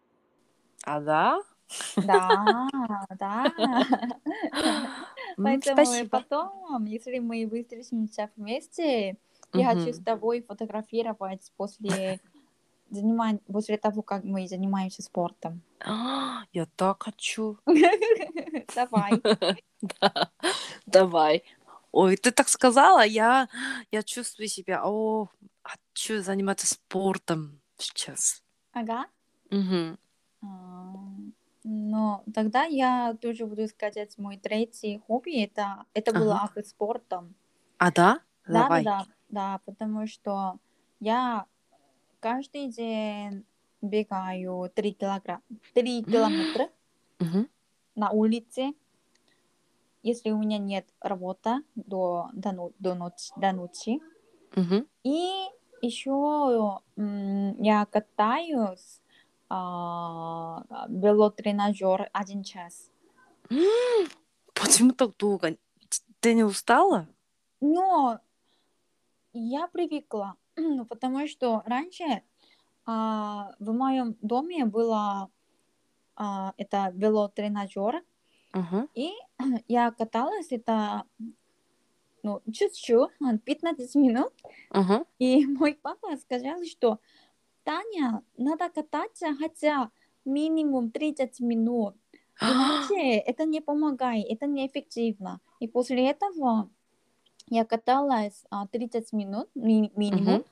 [SPEAKER 2] А да?
[SPEAKER 1] Да, да.
[SPEAKER 2] М,
[SPEAKER 1] Поэтому и
[SPEAKER 2] Спасибо.
[SPEAKER 1] потом, если мы встретимся вместе, я хочу с
[SPEAKER 2] Мгм.
[SPEAKER 1] тобой фотографировать после занима- после того, как мы занимаемся спортом.
[SPEAKER 2] А, Я так хочу.
[SPEAKER 1] Давай.
[SPEAKER 2] Да. Давай. Ой, ты так сказала, я, я чувствую себя, о, хочу заниматься спортом сейчас.
[SPEAKER 1] Ага.
[SPEAKER 2] Мгм.
[SPEAKER 1] А, Но тогда я тоже буду сказать, мой третий хобби это это было
[SPEAKER 2] Ага.
[SPEAKER 1] ах, спортом.
[SPEAKER 2] А да?
[SPEAKER 1] Да, да,
[SPEAKER 2] Давай.
[SPEAKER 1] да, да, потому что я каждый день бегаю 3 килограмма, 3 километра
[SPEAKER 2] Мгм.
[SPEAKER 1] на улице. Если у меня нет работы до, до, но- до ночи, до ночи.
[SPEAKER 2] Мгм.
[SPEAKER 1] И еще я катаюсь а, велотренажер один час.
[SPEAKER 2] Почему так долго? Ты не устала?
[SPEAKER 1] Но я привыкла, ну, потому что раньше а, в моем доме было а, это велотренажер,
[SPEAKER 2] Мгм.
[SPEAKER 1] и я каталась это ну, чуть-чуть, а, 15 минут,
[SPEAKER 2] Мгм.
[SPEAKER 1] и мой папа сказал, что Таня, надо кататься хотя минимум 30 минут, иначе это не помогает, это неэффективно. И после этого я каталась а, 30 минут ми- минимум,
[SPEAKER 2] Мгм.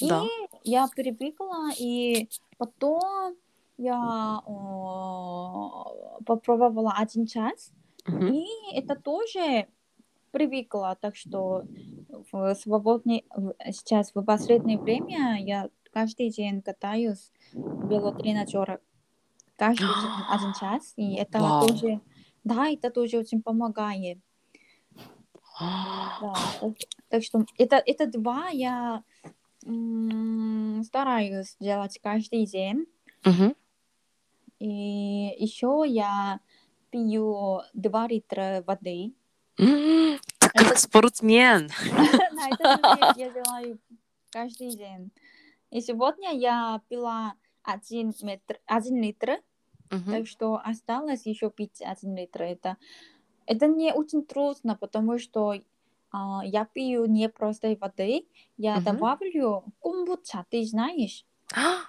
[SPEAKER 1] и
[SPEAKER 2] Да.
[SPEAKER 1] я привыкла, и потом я о, попробовала один час,
[SPEAKER 2] Мгм.
[SPEAKER 1] и это тоже привыкла, так что в свободный, в- сейчас в последнее время я каждый день катаюсь в велотренажёре. каждый день один час, и это
[SPEAKER 2] Вау.
[SPEAKER 1] тоже, да, это тоже очень помогает. Да, так, так что это, это два я м, стараюсь делать каждый день.
[SPEAKER 2] Мгм.
[SPEAKER 1] И еще я пью два литра воды.
[SPEAKER 2] М, Так это спортсмен.
[SPEAKER 1] На этот я делаю каждый день. И сегодня я пила один, метр, один литр,
[SPEAKER 2] Мгм.
[SPEAKER 1] так что осталось еще пить один литр. Это, это не очень трудно, потому что а, я пью не простой воды, я
[SPEAKER 2] Мгм.
[SPEAKER 1] добавлю комбуча, ты знаешь?
[SPEAKER 2] А,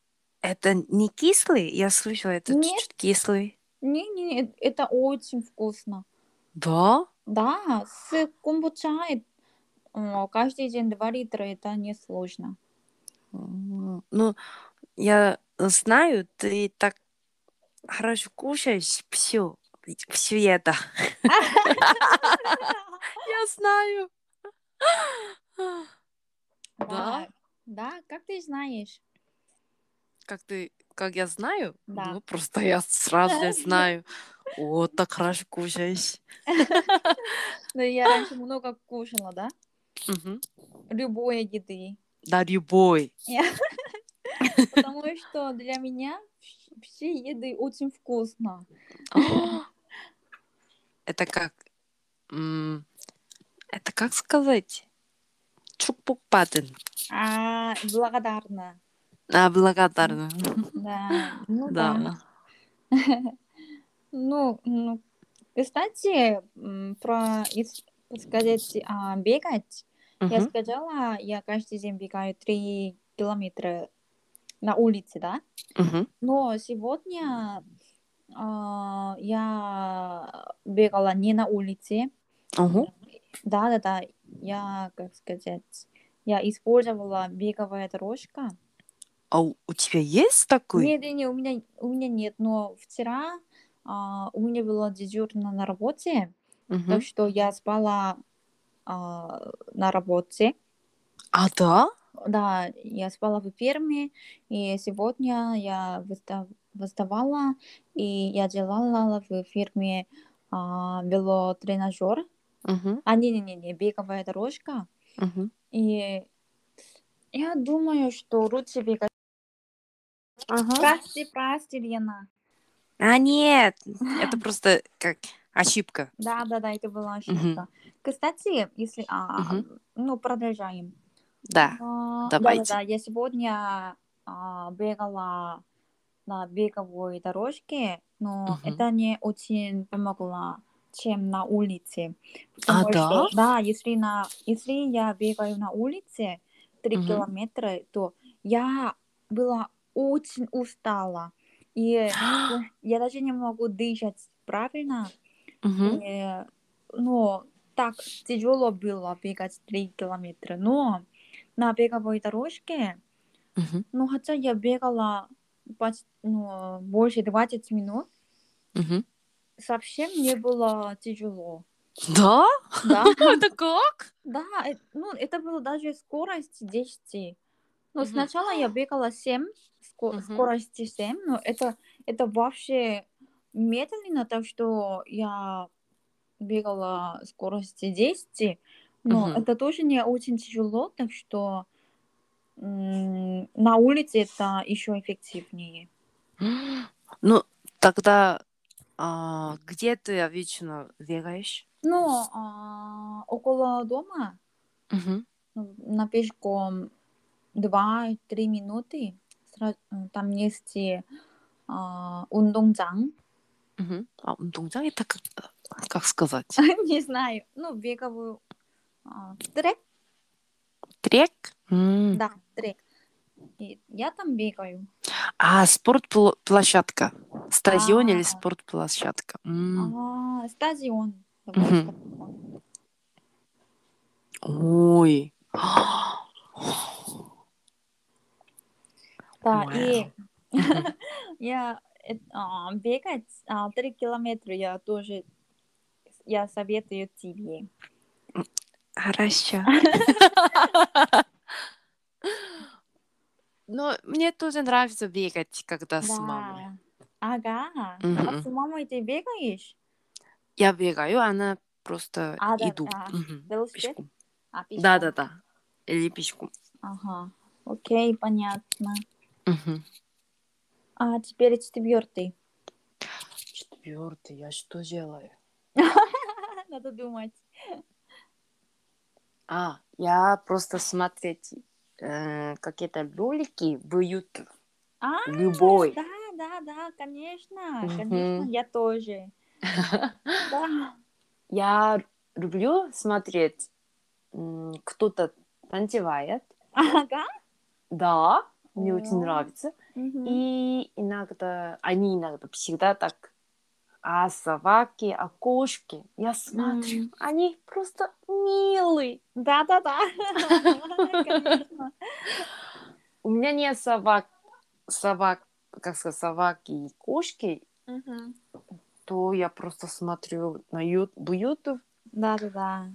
[SPEAKER 2] Это не кислый? Я слышала, это
[SPEAKER 1] Нет.
[SPEAKER 2] чуть-чуть кислый.
[SPEAKER 1] Не-не, это очень вкусно.
[SPEAKER 2] Да?
[SPEAKER 1] Да, с комбуча э, каждый день два литра, это несложно.
[SPEAKER 2] М, Ну, я знаю, ты так хорошо кушаешь все, все это. Я знаю. Да?
[SPEAKER 1] Да, как ты знаешь?
[SPEAKER 2] Как ты, как я знаю?
[SPEAKER 1] Да.
[SPEAKER 2] Ну, просто я сразу же знаю. О, так хорошо кушаешь.
[SPEAKER 1] Но я раньше много кушала, да?
[SPEAKER 2] Мгм.
[SPEAKER 1] Любой еды.
[SPEAKER 2] Да, любой.
[SPEAKER 1] Потому что для меня вс- все еды очень вкусно.
[SPEAKER 2] А, Это как... м, Это как сказать? Чукпукпатен.
[SPEAKER 1] А, благодарна.
[SPEAKER 2] А, благодарна.
[SPEAKER 1] Да, ну да.
[SPEAKER 2] Да.
[SPEAKER 1] Ну, ну, кстати, м, про ис- сказать а, бегать. Я
[SPEAKER 2] Мгм.
[SPEAKER 1] сказала, я каждый день бегаю 3 километра на улице, да?
[SPEAKER 2] Мгм.
[SPEAKER 1] Но сегодня а, я бегала не на улице.
[SPEAKER 2] Ого.
[SPEAKER 1] Да-да-да, я, как сказать, я использовала беговая дорожка.
[SPEAKER 2] А у у тебя есть такой?
[SPEAKER 1] Нет, нет, нет, у меня, у меня нет, но вчера а, у меня было дежурно на работе,
[SPEAKER 2] Мгм.
[SPEAKER 1] так что я спала а, на работе.
[SPEAKER 2] А, да?
[SPEAKER 1] Да, я спала в ферме, и сегодня я выста- выставала, и я делала в ферме а, велотренажер,
[SPEAKER 2] Мгм.
[SPEAKER 1] а не-не-не, беговая дорожка.
[SPEAKER 2] Мгм.
[SPEAKER 1] И я думаю, что лучше бегать.
[SPEAKER 2] Ага.
[SPEAKER 1] Прости, прости, Лена.
[SPEAKER 2] А нет, это просто как ошибка.
[SPEAKER 1] Да-да-да, это была ошибка. Кстати, если... а, Ну, продолжаем.
[SPEAKER 2] Да.
[SPEAKER 1] А,
[SPEAKER 2] Давайте.
[SPEAKER 1] Да-да-да, я сегодня а, бегала на беговой дорожке, но
[SPEAKER 2] Мгм.
[SPEAKER 1] это не очень помогло, чем на улице.
[SPEAKER 2] А, да?
[SPEAKER 1] что, да, если, на, если я бегаю на улице 3
[SPEAKER 2] Мгм.
[SPEAKER 1] километра, то я была очень устала. И я даже не могу дышать правильно.
[SPEAKER 2] Мгм.
[SPEAKER 1] Э, ну, так тяжело было бегать 3 километра, но на беговой дорожке,
[SPEAKER 2] Мгм.
[SPEAKER 1] ну, хотя я бегала поч- ну, больше 20 минут,
[SPEAKER 2] Мгм.
[SPEAKER 1] совсем не было тяжело.
[SPEAKER 2] Да?
[SPEAKER 1] Да,
[SPEAKER 2] Это как?
[SPEAKER 1] да, э, ну, это было даже скорость 10. Ну,
[SPEAKER 2] Мгм.
[SPEAKER 1] сначала я бегала 7, ско-
[SPEAKER 2] Мгм.
[SPEAKER 1] скорости 7, но это, это вообще медленно, так что я бегала скорости 10, но
[SPEAKER 2] Мгм.
[SPEAKER 1] это тоже не очень тяжело, так что м, на улице это еще эффективнее.
[SPEAKER 2] Ну, тогда а, где ты обычно бегаешь?
[SPEAKER 1] Но а, около дома
[SPEAKER 2] Мгм.
[SPEAKER 1] ну, на пешком 2-3 минуты сра- м, там есть и, а, 운동장.
[SPEAKER 2] Мгм. А 운동장 это как, э, как сказать?
[SPEAKER 1] не знаю, ну, беговую а, трек,
[SPEAKER 2] Трек? М.
[SPEAKER 1] да, трек. И я там бегаю.
[SPEAKER 2] А, спортплощадка. Стадион или
[SPEAKER 1] А.
[SPEAKER 2] спортплощадка? М.
[SPEAKER 1] А, стадион.
[SPEAKER 2] Мгм. Ой.
[SPEAKER 1] Да,
[SPEAKER 2] Вау.
[SPEAKER 1] и
[SPEAKER 2] Мгм.
[SPEAKER 1] я э, а, бегать а, три километра я тоже я советую тебе.
[SPEAKER 2] Хорошо. Но мне тоже нравится бегать, когда с мамой.
[SPEAKER 1] Да. Ага.
[SPEAKER 2] Мгм.
[SPEAKER 1] А с мамой ты бегаешь?
[SPEAKER 2] Я бегаю, она просто
[SPEAKER 1] А, да,
[SPEAKER 2] иду.
[SPEAKER 1] а,
[SPEAKER 2] Мгм.
[SPEAKER 1] Велосипед?
[SPEAKER 2] Пешком.
[SPEAKER 1] А, пешком.
[SPEAKER 2] Да, да, да. Или пешком.
[SPEAKER 1] Ага. Окей, понятно.
[SPEAKER 2] Мгм.
[SPEAKER 1] А теперь четвертый.
[SPEAKER 2] Четвертый, я что делаю?
[SPEAKER 1] Надо думать.
[SPEAKER 2] А, я просто смотреть э, какие-то ролики в YouTube.
[SPEAKER 1] А,
[SPEAKER 2] Любой.
[SPEAKER 1] Да, да, да, конечно,
[SPEAKER 2] Мгм.
[SPEAKER 1] конечно, я тоже. Да.
[SPEAKER 2] Я люблю смотреть, м, кто-то танцевает.
[SPEAKER 1] Ага.
[SPEAKER 2] Да, мне
[SPEAKER 1] О.
[SPEAKER 2] очень нравится.
[SPEAKER 1] Мгм.
[SPEAKER 2] И иногда, они иногда всегда так, а собаки, а кошки, я смотрю, они просто милые.
[SPEAKER 1] Да, да, да. Конечно.
[SPEAKER 2] У меня нет собак, собак, как сказать, собаки и кошки,
[SPEAKER 1] Мгм.
[SPEAKER 2] то я просто смотрю на Ю- в YouTube,
[SPEAKER 1] Да, да, да.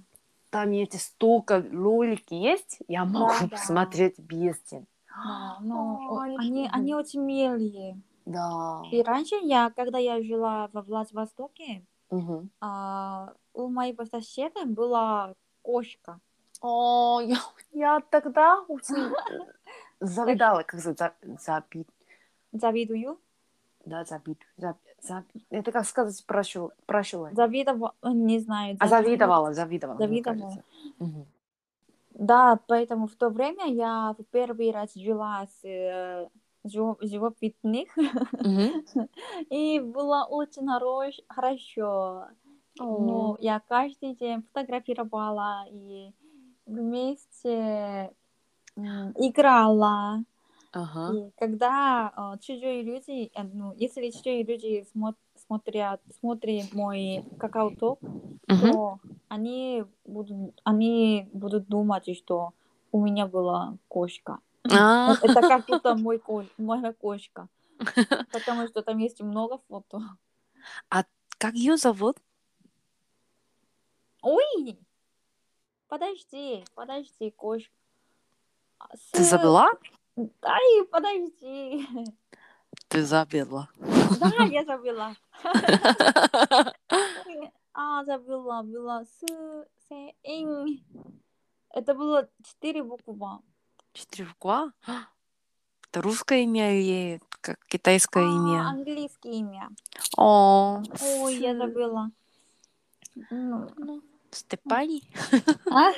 [SPEAKER 2] там эти столько ролики есть, я могу
[SPEAKER 1] да.
[SPEAKER 2] смотреть без тем.
[SPEAKER 1] Да, ну,
[SPEAKER 2] О,
[SPEAKER 1] о-
[SPEAKER 2] они
[SPEAKER 1] они,
[SPEAKER 2] мгм.
[SPEAKER 1] они очень милые.
[SPEAKER 2] Да.
[SPEAKER 1] И раньше я, когда я жила во Владивостоке,
[SPEAKER 2] Мгм.
[SPEAKER 1] а, у моего соседа была кошка.
[SPEAKER 2] О, я, я тогда очень завидала, как за, за, заби-
[SPEAKER 1] Завидую.
[SPEAKER 2] Да, забит. Заб... заб- Это как сказать прошу, прощу.
[SPEAKER 1] Завидовала, не знаю.
[SPEAKER 2] А
[SPEAKER 1] завидую.
[SPEAKER 2] завидовала, завидовала. мне
[SPEAKER 1] Завидовала.
[SPEAKER 2] кажется. Мгм.
[SPEAKER 1] Да, поэтому в то время я в первый раз жила с э, жив- живопитных, и было очень хорош- хорошо. Ну, я каждый день фотографировала и вместе м, играла.
[SPEAKER 2] Ага.
[SPEAKER 1] И когда э, чужие люди, э, ну, если чужие люди смо- смотрят, смотрят мой какао-топ,
[SPEAKER 2] Мгм.
[SPEAKER 1] то они будут, они будут думать, что у меня была кошка.
[SPEAKER 2] А,
[SPEAKER 1] Э, Это как будто мой ко- моя кошка. Потому что там есть много фото.
[SPEAKER 2] Как ее зовут?
[SPEAKER 1] Ой! Подожди, подожди, кошка. С-
[SPEAKER 2] Ты забыла?
[SPEAKER 1] Ай, подожди.
[SPEAKER 2] Ты забыла.
[SPEAKER 1] Да, я забыла. А, забыла, была с, с, ин. Это было четыре буквы.
[SPEAKER 2] Четыре буква? Это русское имя или как китайское
[SPEAKER 1] А,
[SPEAKER 2] имя?
[SPEAKER 1] английское имя.
[SPEAKER 2] О.
[SPEAKER 1] Ой, я
[SPEAKER 2] с-
[SPEAKER 1] забыла. Ну,
[SPEAKER 2] ну, Степани.
[SPEAKER 1] а?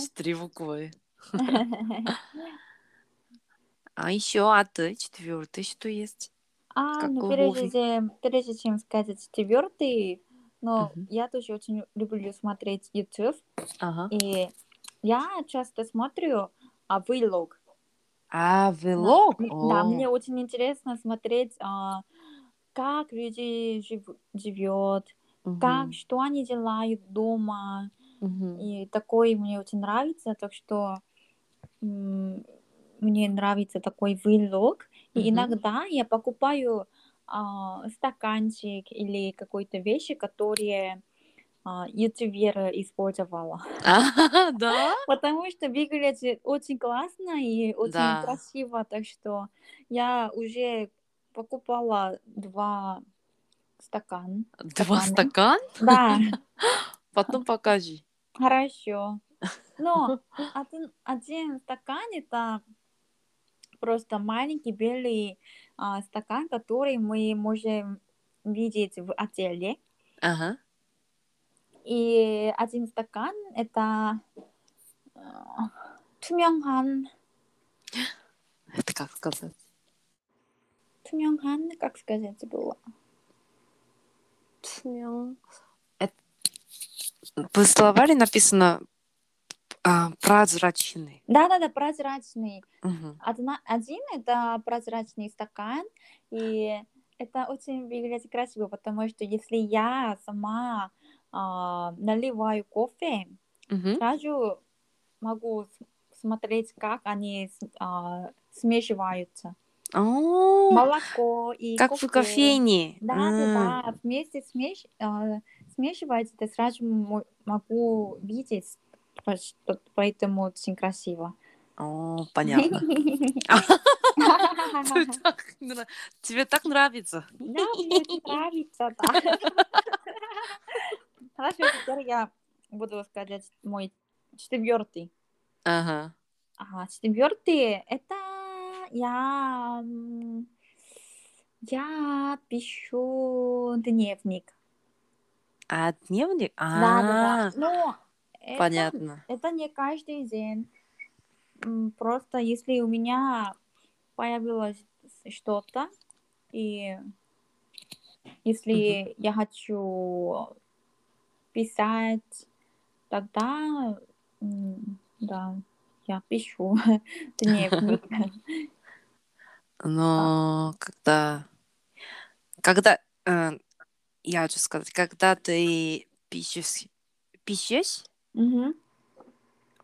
[SPEAKER 2] Четыре буквы.
[SPEAKER 1] ну.
[SPEAKER 2] А еще, а ты четвертый что есть?
[SPEAKER 1] А, ну,
[SPEAKER 2] Какой
[SPEAKER 1] прежде,
[SPEAKER 2] вовремя.
[SPEAKER 1] чем- прежде чем сказать четвертый, но
[SPEAKER 2] Мгм.
[SPEAKER 1] я тоже очень люблю смотреть YouTube,
[SPEAKER 2] Ага.
[SPEAKER 1] и я часто смотрю а, vlog.
[SPEAKER 2] А,
[SPEAKER 1] Да,
[SPEAKER 2] велок?
[SPEAKER 1] м, Да, мне очень интересно смотреть, а, как люди жив- живет, как, что они делают дома, И такой мне очень нравится, так что м, мне нравится такой вылог. И
[SPEAKER 2] Мгм.
[SPEAKER 1] иногда я покупаю а, стаканчик или какой-то вещи, которые а, ютуберы использовала.
[SPEAKER 2] А, да?
[SPEAKER 1] Потому что выглядит очень классно и очень
[SPEAKER 2] Да.
[SPEAKER 1] красиво, так что я уже покупала два стакан.
[SPEAKER 2] Два
[SPEAKER 1] Стаканы.
[SPEAKER 2] стакан?
[SPEAKER 1] Да,
[SPEAKER 2] Потом покажи.
[SPEAKER 1] хорошо. Но один, один стакан это просто маленький белый а, стакан, который мы можем видеть в отеле.
[SPEAKER 2] Ага.
[SPEAKER 1] И один стакан это э, 투명한,
[SPEAKER 2] Это как сказать?
[SPEAKER 1] 투명한, как сказать было?
[SPEAKER 2] Это- В словаре написано а, прозрачный.
[SPEAKER 1] Да-да-да, прозрачный.
[SPEAKER 2] Мгм.
[SPEAKER 1] Одна, один это прозрачный стакан, и это очень выглядит красиво, потому что если я сама а, наливаю кофе,
[SPEAKER 2] Мгм.
[SPEAKER 1] сразу могу с- смотреть, как они с- а, смешиваются.
[SPEAKER 2] О,
[SPEAKER 1] Молоко и
[SPEAKER 2] Как
[SPEAKER 1] кофе.
[SPEAKER 2] в кофейне.
[SPEAKER 1] Да,
[SPEAKER 2] М.
[SPEAKER 1] да, да. Вместе смеш... а, смешивается, ты сразу мо- могу видеть, по- что- поэтому очень красиво.
[SPEAKER 2] О, понятно. Ты так нра- Тебе так нравится.
[SPEAKER 1] Да, мне очень нравится, да. Хорошо, теперь я буду сказать мой четвертый.
[SPEAKER 2] Ага.
[SPEAKER 1] Ага, четвертый это я м, я пишу дневник.
[SPEAKER 2] А дневник?
[SPEAKER 1] Да, да,
[SPEAKER 2] А,
[SPEAKER 1] да. Но это-
[SPEAKER 2] понятно.
[SPEAKER 1] Это не каждый день. М, Просто если у меня появилось что-то, и если я хочу писать, тогда м, да, я пишу дневник.
[SPEAKER 2] Но когда... Когда... э, Я хочу сказать, когда ты пишешь, пишешь
[SPEAKER 1] Мгм.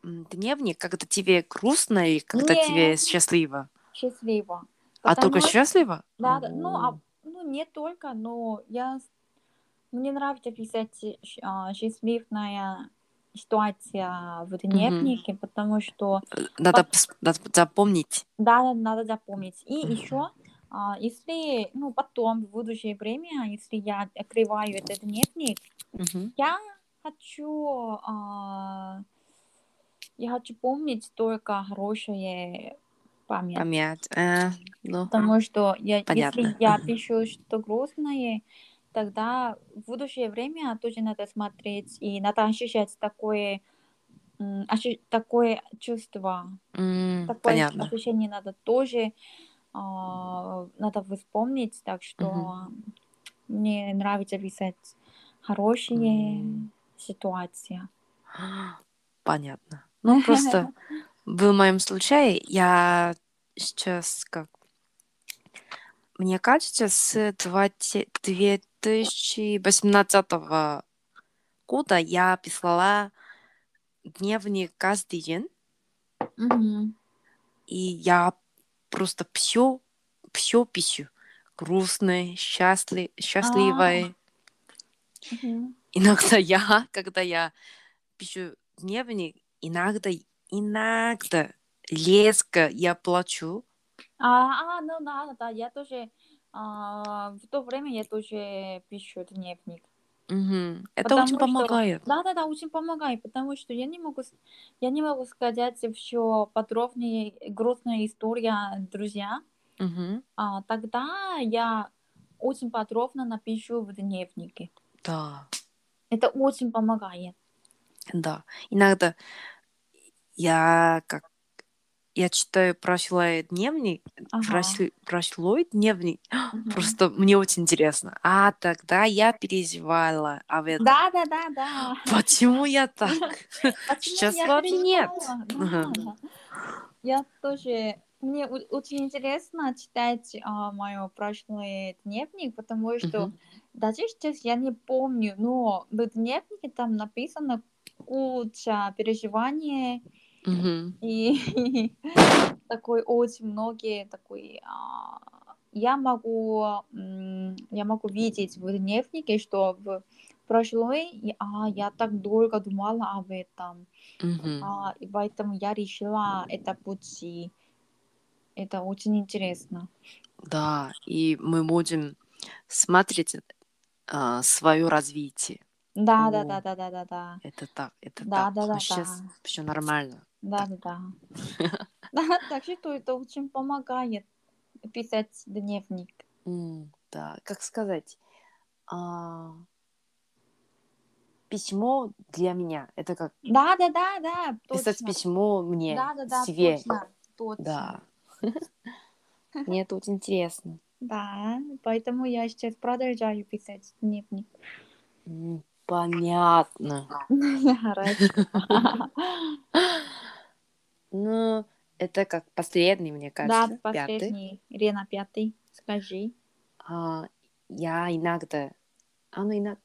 [SPEAKER 2] м, дневник, когда тебе грустно и когда
[SPEAKER 1] Нет.
[SPEAKER 2] тебе счастливо.
[SPEAKER 1] Счастливо.
[SPEAKER 2] А только
[SPEAKER 1] Потому что-
[SPEAKER 2] счастливо?
[SPEAKER 1] Да, да. Ну, а,
[SPEAKER 2] О.
[SPEAKER 1] ну, не только, но я... с- Мне нравится писать щ- а, счастливная ситуация в дневнике, потому что,
[SPEAKER 2] Надо, пос- надо запомнить.
[SPEAKER 1] да, надо запомнить. И
[SPEAKER 2] Мгм.
[SPEAKER 1] еще, а, если, ну, потом, в будущее время, а если я открываю этот дневник,
[SPEAKER 2] Мгм.
[SPEAKER 1] я хочу, а, я хочу помнить только хорошие память.
[SPEAKER 2] Память. Э, ну,
[SPEAKER 1] Потому что я,
[SPEAKER 2] Понятно.
[SPEAKER 1] если я
[SPEAKER 2] Мгм.
[SPEAKER 1] пишу что грустное, тогда в будущее время тоже надо смотреть и надо ощущать такое, м, ощу- такое чувство,
[SPEAKER 2] м,
[SPEAKER 1] такое
[SPEAKER 2] понятно.
[SPEAKER 1] ощущение надо тоже а, надо вспомнить, так что мне нравится писать хорошие
[SPEAKER 2] М.
[SPEAKER 1] ситуации.
[SPEAKER 2] Понятно. Ну, просто в моем случае я сейчас как... Мне кажется, с 20 2018 года я писала дневник каждый день,
[SPEAKER 1] Мгм.
[SPEAKER 2] и я просто все, все пишу. Грустный, счастлив, счастливый.
[SPEAKER 1] Мгм.
[SPEAKER 2] Иногда я, когда я пишу дневник, иногда, иногда резко я плачу.
[SPEAKER 1] А, а, ну да, да, да, я тоже а, в то время я тоже пишу дневник.
[SPEAKER 2] Мгм. Это
[SPEAKER 1] Потому
[SPEAKER 2] очень
[SPEAKER 1] что-
[SPEAKER 2] помогает.
[SPEAKER 1] Да, да, да, очень помогает, потому что я не могу, с- я не могу сказать все подробнее, грустная история, друзья.
[SPEAKER 2] Мгм.
[SPEAKER 1] А, тогда я очень подробно напишу в дневнике.
[SPEAKER 2] Да,
[SPEAKER 1] Это очень помогает.
[SPEAKER 2] да. Иногда я как я читаю прошлый дневник,
[SPEAKER 1] Ага,
[SPEAKER 2] прошлый, прошлый дневник,
[SPEAKER 1] мгм.
[SPEAKER 2] просто мне очень интересно. А тогда я переживала об этом.
[SPEAKER 1] Да, да, да, да.
[SPEAKER 2] Почему я так?
[SPEAKER 1] А Почему
[SPEAKER 2] Сейчас
[SPEAKER 1] я
[SPEAKER 2] вроде нет.
[SPEAKER 1] перестала?
[SPEAKER 2] Ага.
[SPEAKER 1] Да. Я тоже... Мне у- очень интересно читать мой прошлый дневник, потому что
[SPEAKER 2] Мгм.
[SPEAKER 1] даже сейчас я не помню, но в дневнике там написано куча переживаний
[SPEAKER 2] Мгм.
[SPEAKER 1] и такой очень многие такой а, я могу м, я могу видеть в дневнике, что в прошлой и, а, я так долго думала об этом,
[SPEAKER 2] Мгм.
[SPEAKER 1] а, и поэтому я решила это пути. Это очень интересно.
[SPEAKER 2] Да, и мы будем смотреть свое развитие.
[SPEAKER 1] Да,
[SPEAKER 2] О.
[SPEAKER 1] да, да, да, да, да, да,
[SPEAKER 2] Это так, это
[SPEAKER 1] Да,
[SPEAKER 2] так.
[SPEAKER 1] да, да,
[SPEAKER 2] сейчас
[SPEAKER 1] да.
[SPEAKER 2] все нормально.
[SPEAKER 1] да, да, да. Да, Так что это очень помогает писать дневник.
[SPEAKER 2] М, Да, как сказать, а, письмо для меня. Это как
[SPEAKER 1] Да, да, да, да,
[SPEAKER 2] писать
[SPEAKER 1] точно.
[SPEAKER 2] письмо мне,
[SPEAKER 1] Да, да, да,
[SPEAKER 2] себе.
[SPEAKER 1] точно, точно.
[SPEAKER 2] Да. Мне это очень интересно.
[SPEAKER 1] Да, поэтому я сейчас продолжаю писать дневник.
[SPEAKER 2] М, Понятно.
[SPEAKER 1] Хорошо.
[SPEAKER 2] Ну, это как последний, мне
[SPEAKER 1] Да,
[SPEAKER 2] кажется, пятый.
[SPEAKER 1] последний. Рена, пятый. Скажи.
[SPEAKER 2] А, я иногда, а ну иногда,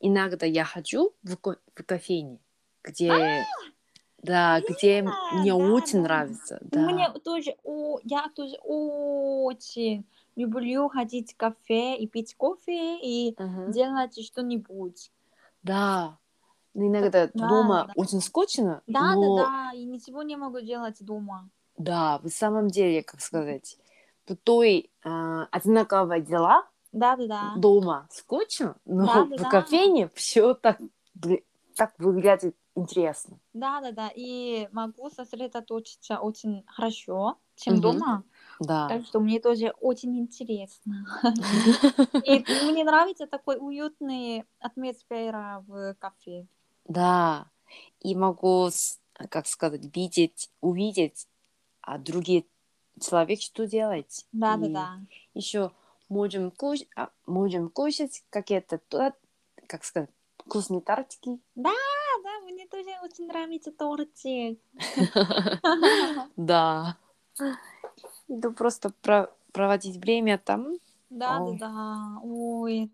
[SPEAKER 2] иногда я хочу в, ко- в кофейне, где, да, где мне
[SPEAKER 1] А! да,
[SPEAKER 2] очень
[SPEAKER 1] да. Ну,
[SPEAKER 2] нравится, да.
[SPEAKER 1] Мне тоже, о, я тоже очень люблю ходить в кафе и пить кофе и
[SPEAKER 2] Мгм.
[SPEAKER 1] делать что-нибудь.
[SPEAKER 2] Да. Ну, иногда
[SPEAKER 1] Да,
[SPEAKER 2] дома
[SPEAKER 1] да.
[SPEAKER 2] очень скучно,
[SPEAKER 1] Да,
[SPEAKER 2] но
[SPEAKER 1] да, да, и ничего не могу делать дома.
[SPEAKER 2] Да, в самом деле, как сказать, путой одинаковые дела
[SPEAKER 1] Да-да-да.
[SPEAKER 2] дома скучно, но
[SPEAKER 1] Да-да-да.
[SPEAKER 2] в кофейне все так, бли- так выглядит интересно.
[SPEAKER 1] Да-да-да. И могу сосредоточиться очень хорошо, чем
[SPEAKER 2] Мгм.
[SPEAKER 1] дома.
[SPEAKER 2] Да.
[SPEAKER 1] Так что мне тоже очень интересно. И мне нравится такой уютный атмосфера в кафе.
[SPEAKER 2] Да. И могу, с- как сказать, видеть, увидеть, а другие человек что делать.
[SPEAKER 1] Да-да-да.
[SPEAKER 2] Еще можем кушать, можем кушать какие-то, то- как сказать, вкусные тортики.
[SPEAKER 1] Да, да, мне тоже очень нравится тортик.
[SPEAKER 2] Да. Иду просто про- проводить время там.
[SPEAKER 1] Да, да,
[SPEAKER 2] Ой.
[SPEAKER 1] да. Ой.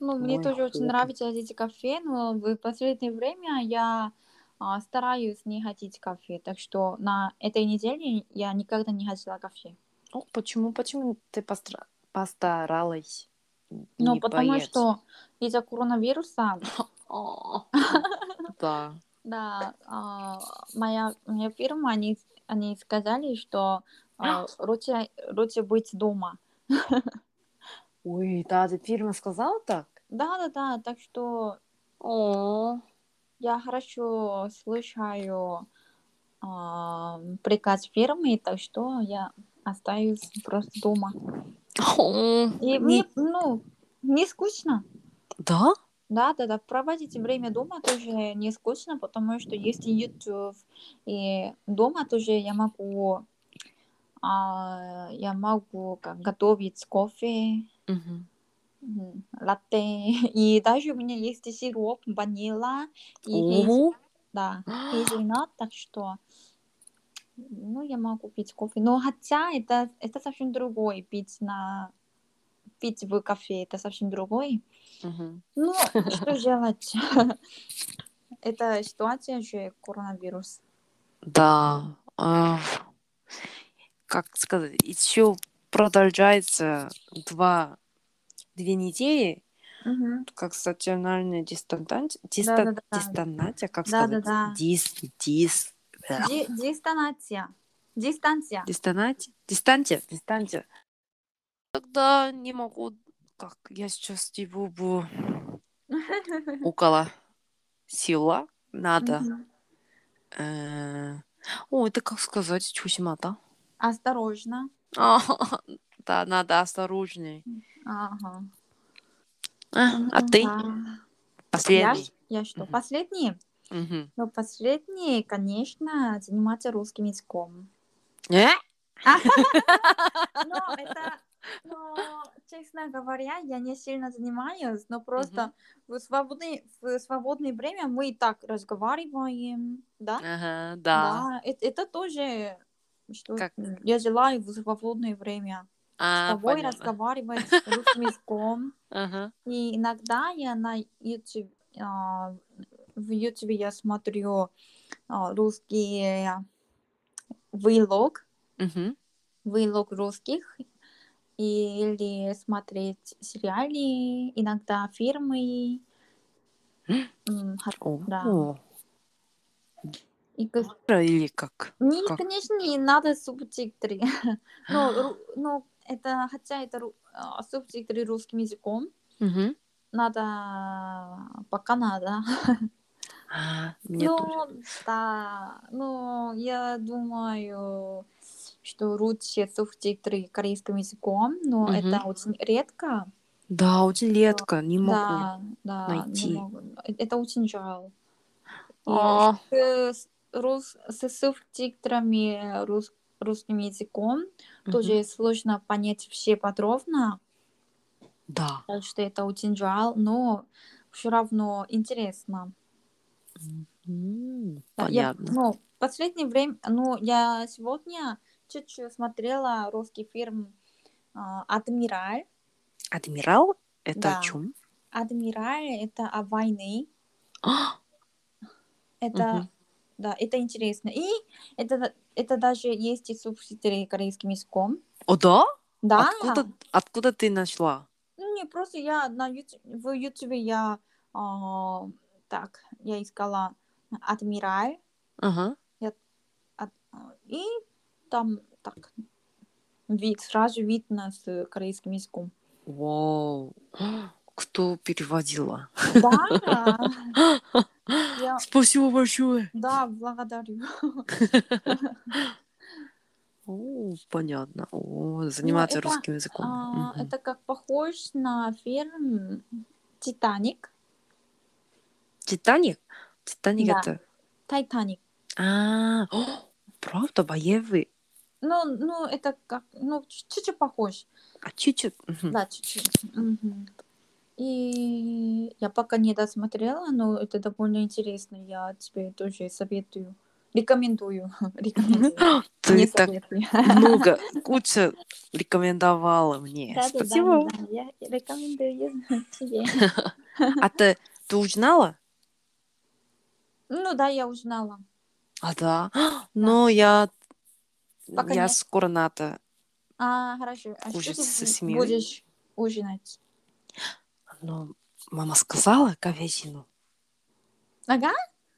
[SPEAKER 1] Ну, мне
[SPEAKER 2] Ой,
[SPEAKER 1] тоже очень
[SPEAKER 2] хлопок.
[SPEAKER 1] нравятся эти кафе, но в последнее время я а, стараюсь не ходить в кафе. Так что на этой неделе я никогда не ходила в кафе.
[SPEAKER 2] О, Ну, почему, почему ты постра- постаралась?
[SPEAKER 1] Ну,
[SPEAKER 2] не
[SPEAKER 1] потому
[SPEAKER 2] поесть?
[SPEAKER 1] что из-за коронавируса,
[SPEAKER 2] О, Да.
[SPEAKER 1] да, а, моя, моя фирма, они, они сказали, что а, лучше, лучше быть дома.
[SPEAKER 2] Ой, да, ты фирма сказала так?
[SPEAKER 1] Да, да, да, так что
[SPEAKER 2] О,
[SPEAKER 1] Я хорошо слышаю а, приказ фирмы, так что я остаюсь просто дома.
[SPEAKER 2] О.
[SPEAKER 1] И мне, ну, не скучно.
[SPEAKER 2] Да?
[SPEAKER 1] Да, да, да, проводить время дома тоже не скучно, потому что есть YouTube, и дома тоже я могу, а, я могу как, готовить кофе,
[SPEAKER 2] Мгм.
[SPEAKER 1] м, латте, и даже у меня есть сироп, ванила и хейзель.
[SPEAKER 2] Ого.
[SPEAKER 1] Да, хейзельнат, так что ну, я могу пить кофе. Но хотя это, это совсем другой пить на пить в кафе, это совсем другой.
[SPEAKER 2] Мгм.
[SPEAKER 1] Ну, что делать? Это ситуация же коронавирус.
[SPEAKER 2] Да. А, Как сказать, еще продолжается два, две недели,
[SPEAKER 1] Мгм.
[SPEAKER 2] как стационарная дистанция,
[SPEAKER 1] Да-да-да.
[SPEAKER 2] дистанция, как
[SPEAKER 1] Да-да-да.
[SPEAKER 2] сказать, дис, дис,
[SPEAKER 1] Ди- Дистанция. Дистанция.
[SPEAKER 2] дистанция, дистанция, дистанция. Тогда не могу, как я сейчас его бы около села, надо.
[SPEAKER 1] Мгм.
[SPEAKER 2] э, О, это как сказать, чусимата.
[SPEAKER 1] Осторожно.
[SPEAKER 2] Да, надо осторожней.
[SPEAKER 1] Ага.
[SPEAKER 2] А а ты
[SPEAKER 1] Да. Я,
[SPEAKER 2] последний.
[SPEAKER 1] я что,
[SPEAKER 2] Мгм.
[SPEAKER 1] последний?
[SPEAKER 2] Мгм.
[SPEAKER 1] Ну, последний, конечно, заниматься русским языком.
[SPEAKER 2] Э?
[SPEAKER 1] Но это, но, честно говоря, я не сильно занимаюсь, но просто в, свободное, в свободное время мы и так разговариваем, да?
[SPEAKER 2] Ага, Да.
[SPEAKER 1] э- это, тоже, что
[SPEAKER 2] Как-
[SPEAKER 1] я желаю в свободное время с
[SPEAKER 2] А,
[SPEAKER 1] тобой
[SPEAKER 2] понятно.
[SPEAKER 1] разговаривать русским языком.
[SPEAKER 2] Ага.
[SPEAKER 1] И иногда я на YouTube, а, в YouTube я смотрю а, русские а, влог,
[SPEAKER 2] Мгм.
[SPEAKER 1] влог русских или смотреть сериалы, иногда фильмы. М, хор- Да.
[SPEAKER 2] О,
[SPEAKER 1] и ка-
[SPEAKER 2] Или как?
[SPEAKER 1] не,
[SPEAKER 2] Как?
[SPEAKER 1] конечно, не надо субтитры. Но, Ну, ру- но это, хотя это ру- а, субтитры русским языком,
[SPEAKER 2] Мгм.
[SPEAKER 1] надо, пока надо.
[SPEAKER 2] А, мне тоже.
[SPEAKER 1] Ну, да, ну, я думаю, что лучше субтитры корейским языком, но
[SPEAKER 2] Мгм.
[SPEAKER 1] это очень редко.
[SPEAKER 2] Да, очень редко, не могу.
[SPEAKER 1] Да, да, не
[SPEAKER 2] найти.
[SPEAKER 1] могу. Э- Это очень жаль. И
[SPEAKER 2] А,
[SPEAKER 1] с, рус, с субтитрами рус, русским языком
[SPEAKER 2] мгм.
[SPEAKER 1] тоже сложно понять все подробно,
[SPEAKER 2] Да.
[SPEAKER 1] так что это очень жаль, но все равно интересно.
[SPEAKER 2] М,
[SPEAKER 1] Да, я-
[SPEAKER 2] Понятно.
[SPEAKER 1] ну, в последнее время, ну, я сегодня чуть-чуть смотрела русский фильм а, «Адмираль».
[SPEAKER 2] Адмирал? Это
[SPEAKER 1] Да.
[SPEAKER 2] о чем?
[SPEAKER 1] «Адмираль» — это о войне, это,
[SPEAKER 2] Мгм.
[SPEAKER 1] да, это интересно. И это, да- это даже есть и субтитры корейским языком.
[SPEAKER 2] О, да?
[SPEAKER 1] Да,
[SPEAKER 2] Откуда, откуда ты нашла?
[SPEAKER 1] ну, не, просто я на Юту- в Ютубе я, а, так, я искала «Адмираль»,
[SPEAKER 2] Ага.
[SPEAKER 1] а, и там так вид, сразу видно с корейским языком.
[SPEAKER 2] Вау. Кто переводила?
[SPEAKER 1] Да, я,
[SPEAKER 2] Спасибо большое.
[SPEAKER 1] да, благодарю.
[SPEAKER 2] О, понятно. О, заниматься
[SPEAKER 1] Ну, это,
[SPEAKER 2] русским языком.
[SPEAKER 1] А,
[SPEAKER 2] Мгм.
[SPEAKER 1] Это как похож на фильм Титаник,
[SPEAKER 2] Титаник? Титаник
[SPEAKER 1] Да.
[SPEAKER 2] это...
[SPEAKER 1] Титаник.
[SPEAKER 2] А, о, правда, боевый.
[SPEAKER 1] Ну, ну, это как, ну, чуть-чуть похож.
[SPEAKER 2] А чуть-чуть. Мгм.
[SPEAKER 1] Да, чуть-чуть. Мгм. И я пока не досмотрела, но это довольно интересно. Я тебе тоже советую. Рекомендую. Рекомендую. а Не
[SPEAKER 2] Ты так
[SPEAKER 1] советую.
[SPEAKER 2] много, куча рекомендовала мне.
[SPEAKER 1] Да-да-да,
[SPEAKER 2] Спасибо.
[SPEAKER 1] да, Я рекомендую тебе.
[SPEAKER 2] А ты, ты узнала?
[SPEAKER 1] Ну да, я узнала.
[SPEAKER 2] А да. Но я...
[SPEAKER 1] Пока
[SPEAKER 2] я
[SPEAKER 1] нет.
[SPEAKER 2] скоро надо.
[SPEAKER 1] А, хорошо. А что
[SPEAKER 2] Ужин
[SPEAKER 1] ты
[SPEAKER 2] со семьей.
[SPEAKER 1] будешь ужинать?
[SPEAKER 2] Но мама сказала говядину.
[SPEAKER 1] Ага.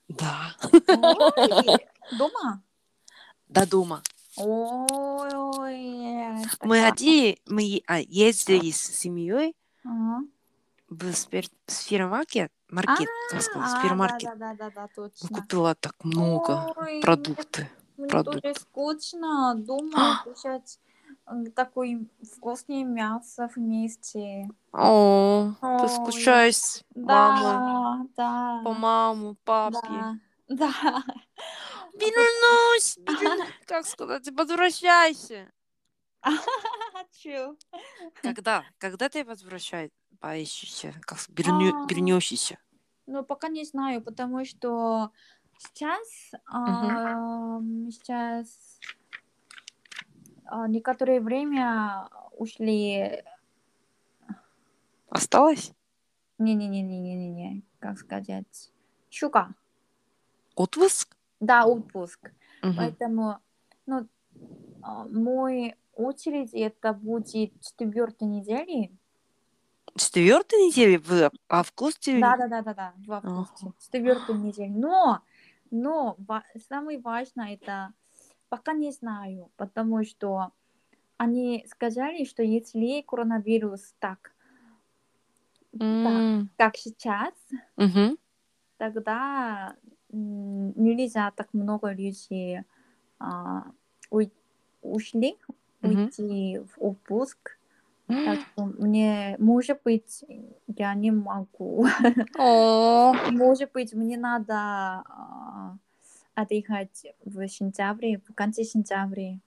[SPEAKER 2] Да.
[SPEAKER 1] Ой, Дома?
[SPEAKER 2] До дома.
[SPEAKER 1] Ой, это
[SPEAKER 2] Мы
[SPEAKER 1] классно.
[SPEAKER 2] один, мы е- а,
[SPEAKER 1] Э.
[SPEAKER 2] ездили с семьей
[SPEAKER 1] Ага.
[SPEAKER 2] в спер- супермаркет, маркет, как сказать,
[SPEAKER 1] А,
[SPEAKER 2] супермаркет.
[SPEAKER 1] Да, да, да, да,
[SPEAKER 2] Ну,
[SPEAKER 1] точно.
[SPEAKER 2] Купила так много
[SPEAKER 1] Ой,
[SPEAKER 2] продукты.
[SPEAKER 1] Мне
[SPEAKER 2] продукт. А!
[SPEAKER 1] тоже скучно дома кушать э, такое вкусное мясо вместе.
[SPEAKER 2] О,
[SPEAKER 1] Ой,
[SPEAKER 2] ты скучаешь, мама,
[SPEAKER 1] Да, да.
[SPEAKER 2] по маму, папе.
[SPEAKER 1] Да. Да.
[SPEAKER 2] Вернусь, вернусь. как сказать, возвращайся.
[SPEAKER 1] Хочу.
[SPEAKER 2] Когда, когда ты возвращаешься, как с-
[SPEAKER 1] А.
[SPEAKER 2] верню- вернешься?
[SPEAKER 1] Но пока не знаю, потому что сейчас, ам, сейчас а, некоторое время ушли.
[SPEAKER 2] Осталось?
[SPEAKER 1] Не-не-не-не-не-не, как сказать? Щука.
[SPEAKER 2] Отпуск?
[SPEAKER 1] Да, отпуск.
[SPEAKER 2] Мгм.
[SPEAKER 1] Поэтому, ну, а, мой очередь это будет четвертой недели.
[SPEAKER 2] Четвертая неделя в августе?
[SPEAKER 1] Да, да, да, да, да, в августе, четвертую неделю. Но, но ва- самое важное это пока не знаю, потому что они сказали, что если коронавирус так,
[SPEAKER 2] М,
[SPEAKER 1] как сейчас,
[SPEAKER 2] мгм.
[SPEAKER 1] тогда м, нельзя так много людей а, уй- ушли,
[SPEAKER 2] Мгм.
[SPEAKER 1] уйти в отпуск. Так что мне, может быть, я не могу.
[SPEAKER 2] О,
[SPEAKER 1] Может быть, мне надо а, отдыхать в сентябре, в конце сентября.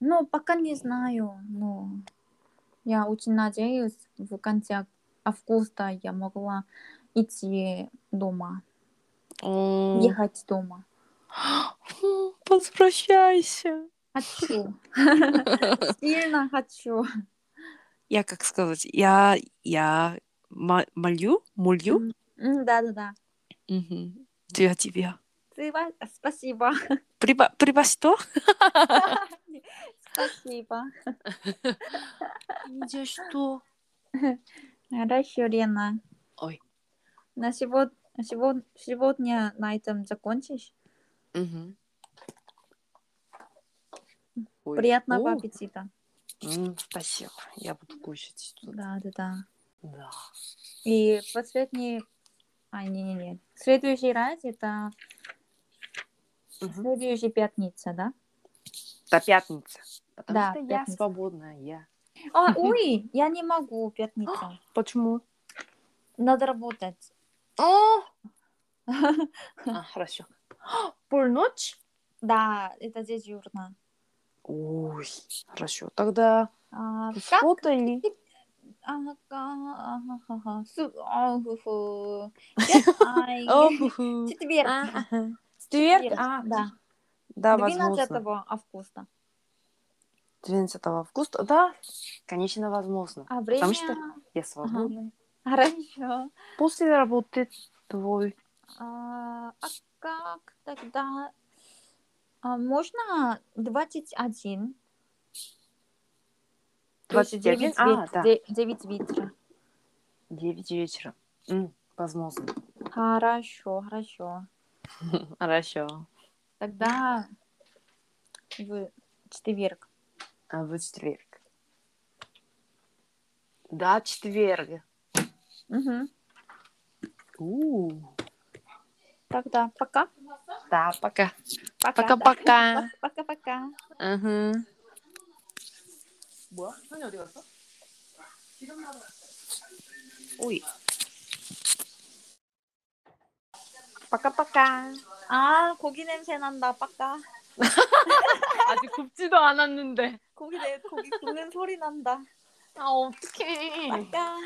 [SPEAKER 1] Ну, пока не знаю, но я очень надеюсь, в конце августа я могла идти дома,
[SPEAKER 2] О.
[SPEAKER 1] ехать дома.
[SPEAKER 2] М, Возвращайся.
[SPEAKER 1] Хочу. Сильно хочу.
[SPEAKER 2] Я как сказать, я я ма- молю, молю
[SPEAKER 1] М, Да-да-да.
[SPEAKER 2] Мгм. тебя тебя.
[SPEAKER 1] Сыва- Спасибо.
[SPEAKER 2] Приба приба что?
[SPEAKER 1] Спасибо.
[SPEAKER 2] Где что?
[SPEAKER 1] Хорошо, Лена.
[SPEAKER 2] Ой.
[SPEAKER 1] На сегодня, сегодня, сегодня на этом закончишь.
[SPEAKER 2] Мгм. Ой.
[SPEAKER 1] Приятного
[SPEAKER 2] О,
[SPEAKER 1] аппетита.
[SPEAKER 2] м, Спасибо. Я буду кушать. тут.
[SPEAKER 1] Да, да, да.
[SPEAKER 2] Да.
[SPEAKER 1] И последний... А, не, не, не. Следующий раз это
[SPEAKER 2] Мгм.
[SPEAKER 1] следующая пятница, да?
[SPEAKER 2] До пятницы. Потому
[SPEAKER 1] Да,
[SPEAKER 2] что я
[SPEAKER 1] пятница.
[SPEAKER 2] свободная. Я.
[SPEAKER 1] А, ой, я не могу пятница.
[SPEAKER 2] Почему?
[SPEAKER 1] Надо работать.
[SPEAKER 2] О! А, хорошо. Полночь?
[SPEAKER 1] Да, это дежурно.
[SPEAKER 2] Ой, хорошо. Тогда
[SPEAKER 1] А, как?
[SPEAKER 2] суббота или...
[SPEAKER 1] Ага, ага, ага. Су- а, ху- ху. Пят- ай. Четверг.
[SPEAKER 2] Четверг?
[SPEAKER 1] А, да. а,
[SPEAKER 2] Да,
[SPEAKER 1] 12
[SPEAKER 2] возможно.
[SPEAKER 1] августа.
[SPEAKER 2] 12 августа, да, конечно, возможно.
[SPEAKER 1] А время...
[SPEAKER 2] Потому что я свободна.
[SPEAKER 1] Хорошо.
[SPEAKER 2] После работы твой.
[SPEAKER 1] А, а как тогда? А можно 21?
[SPEAKER 2] 21? А, да.
[SPEAKER 1] 9 ветра.
[SPEAKER 2] 9 вечера. М, возможно.
[SPEAKER 1] Хорошо, хорошо.
[SPEAKER 2] Хорошо.
[SPEAKER 1] Тогда в четверг.
[SPEAKER 2] А в четверг. Да, в четверг.
[SPEAKER 1] Мгм.
[SPEAKER 2] У,
[SPEAKER 1] Тогда пока.
[SPEAKER 2] Да, пока.
[SPEAKER 1] Пока. да.
[SPEAKER 2] Пока-пока.
[SPEAKER 1] Пока-пока.
[SPEAKER 2] Мгм. Ой.
[SPEAKER 1] пока-пока. 아, 고기 냄새 난다. 빠까.
[SPEAKER 2] 아직 굽지도 않았는데.
[SPEAKER 1] 고기 내 고기 굽는 소리 난다.
[SPEAKER 2] 아, 어떡해.
[SPEAKER 1] 빠까.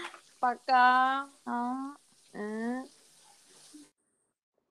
[SPEAKER 2] 바까
[SPEAKER 1] 아.
[SPEAKER 2] 응.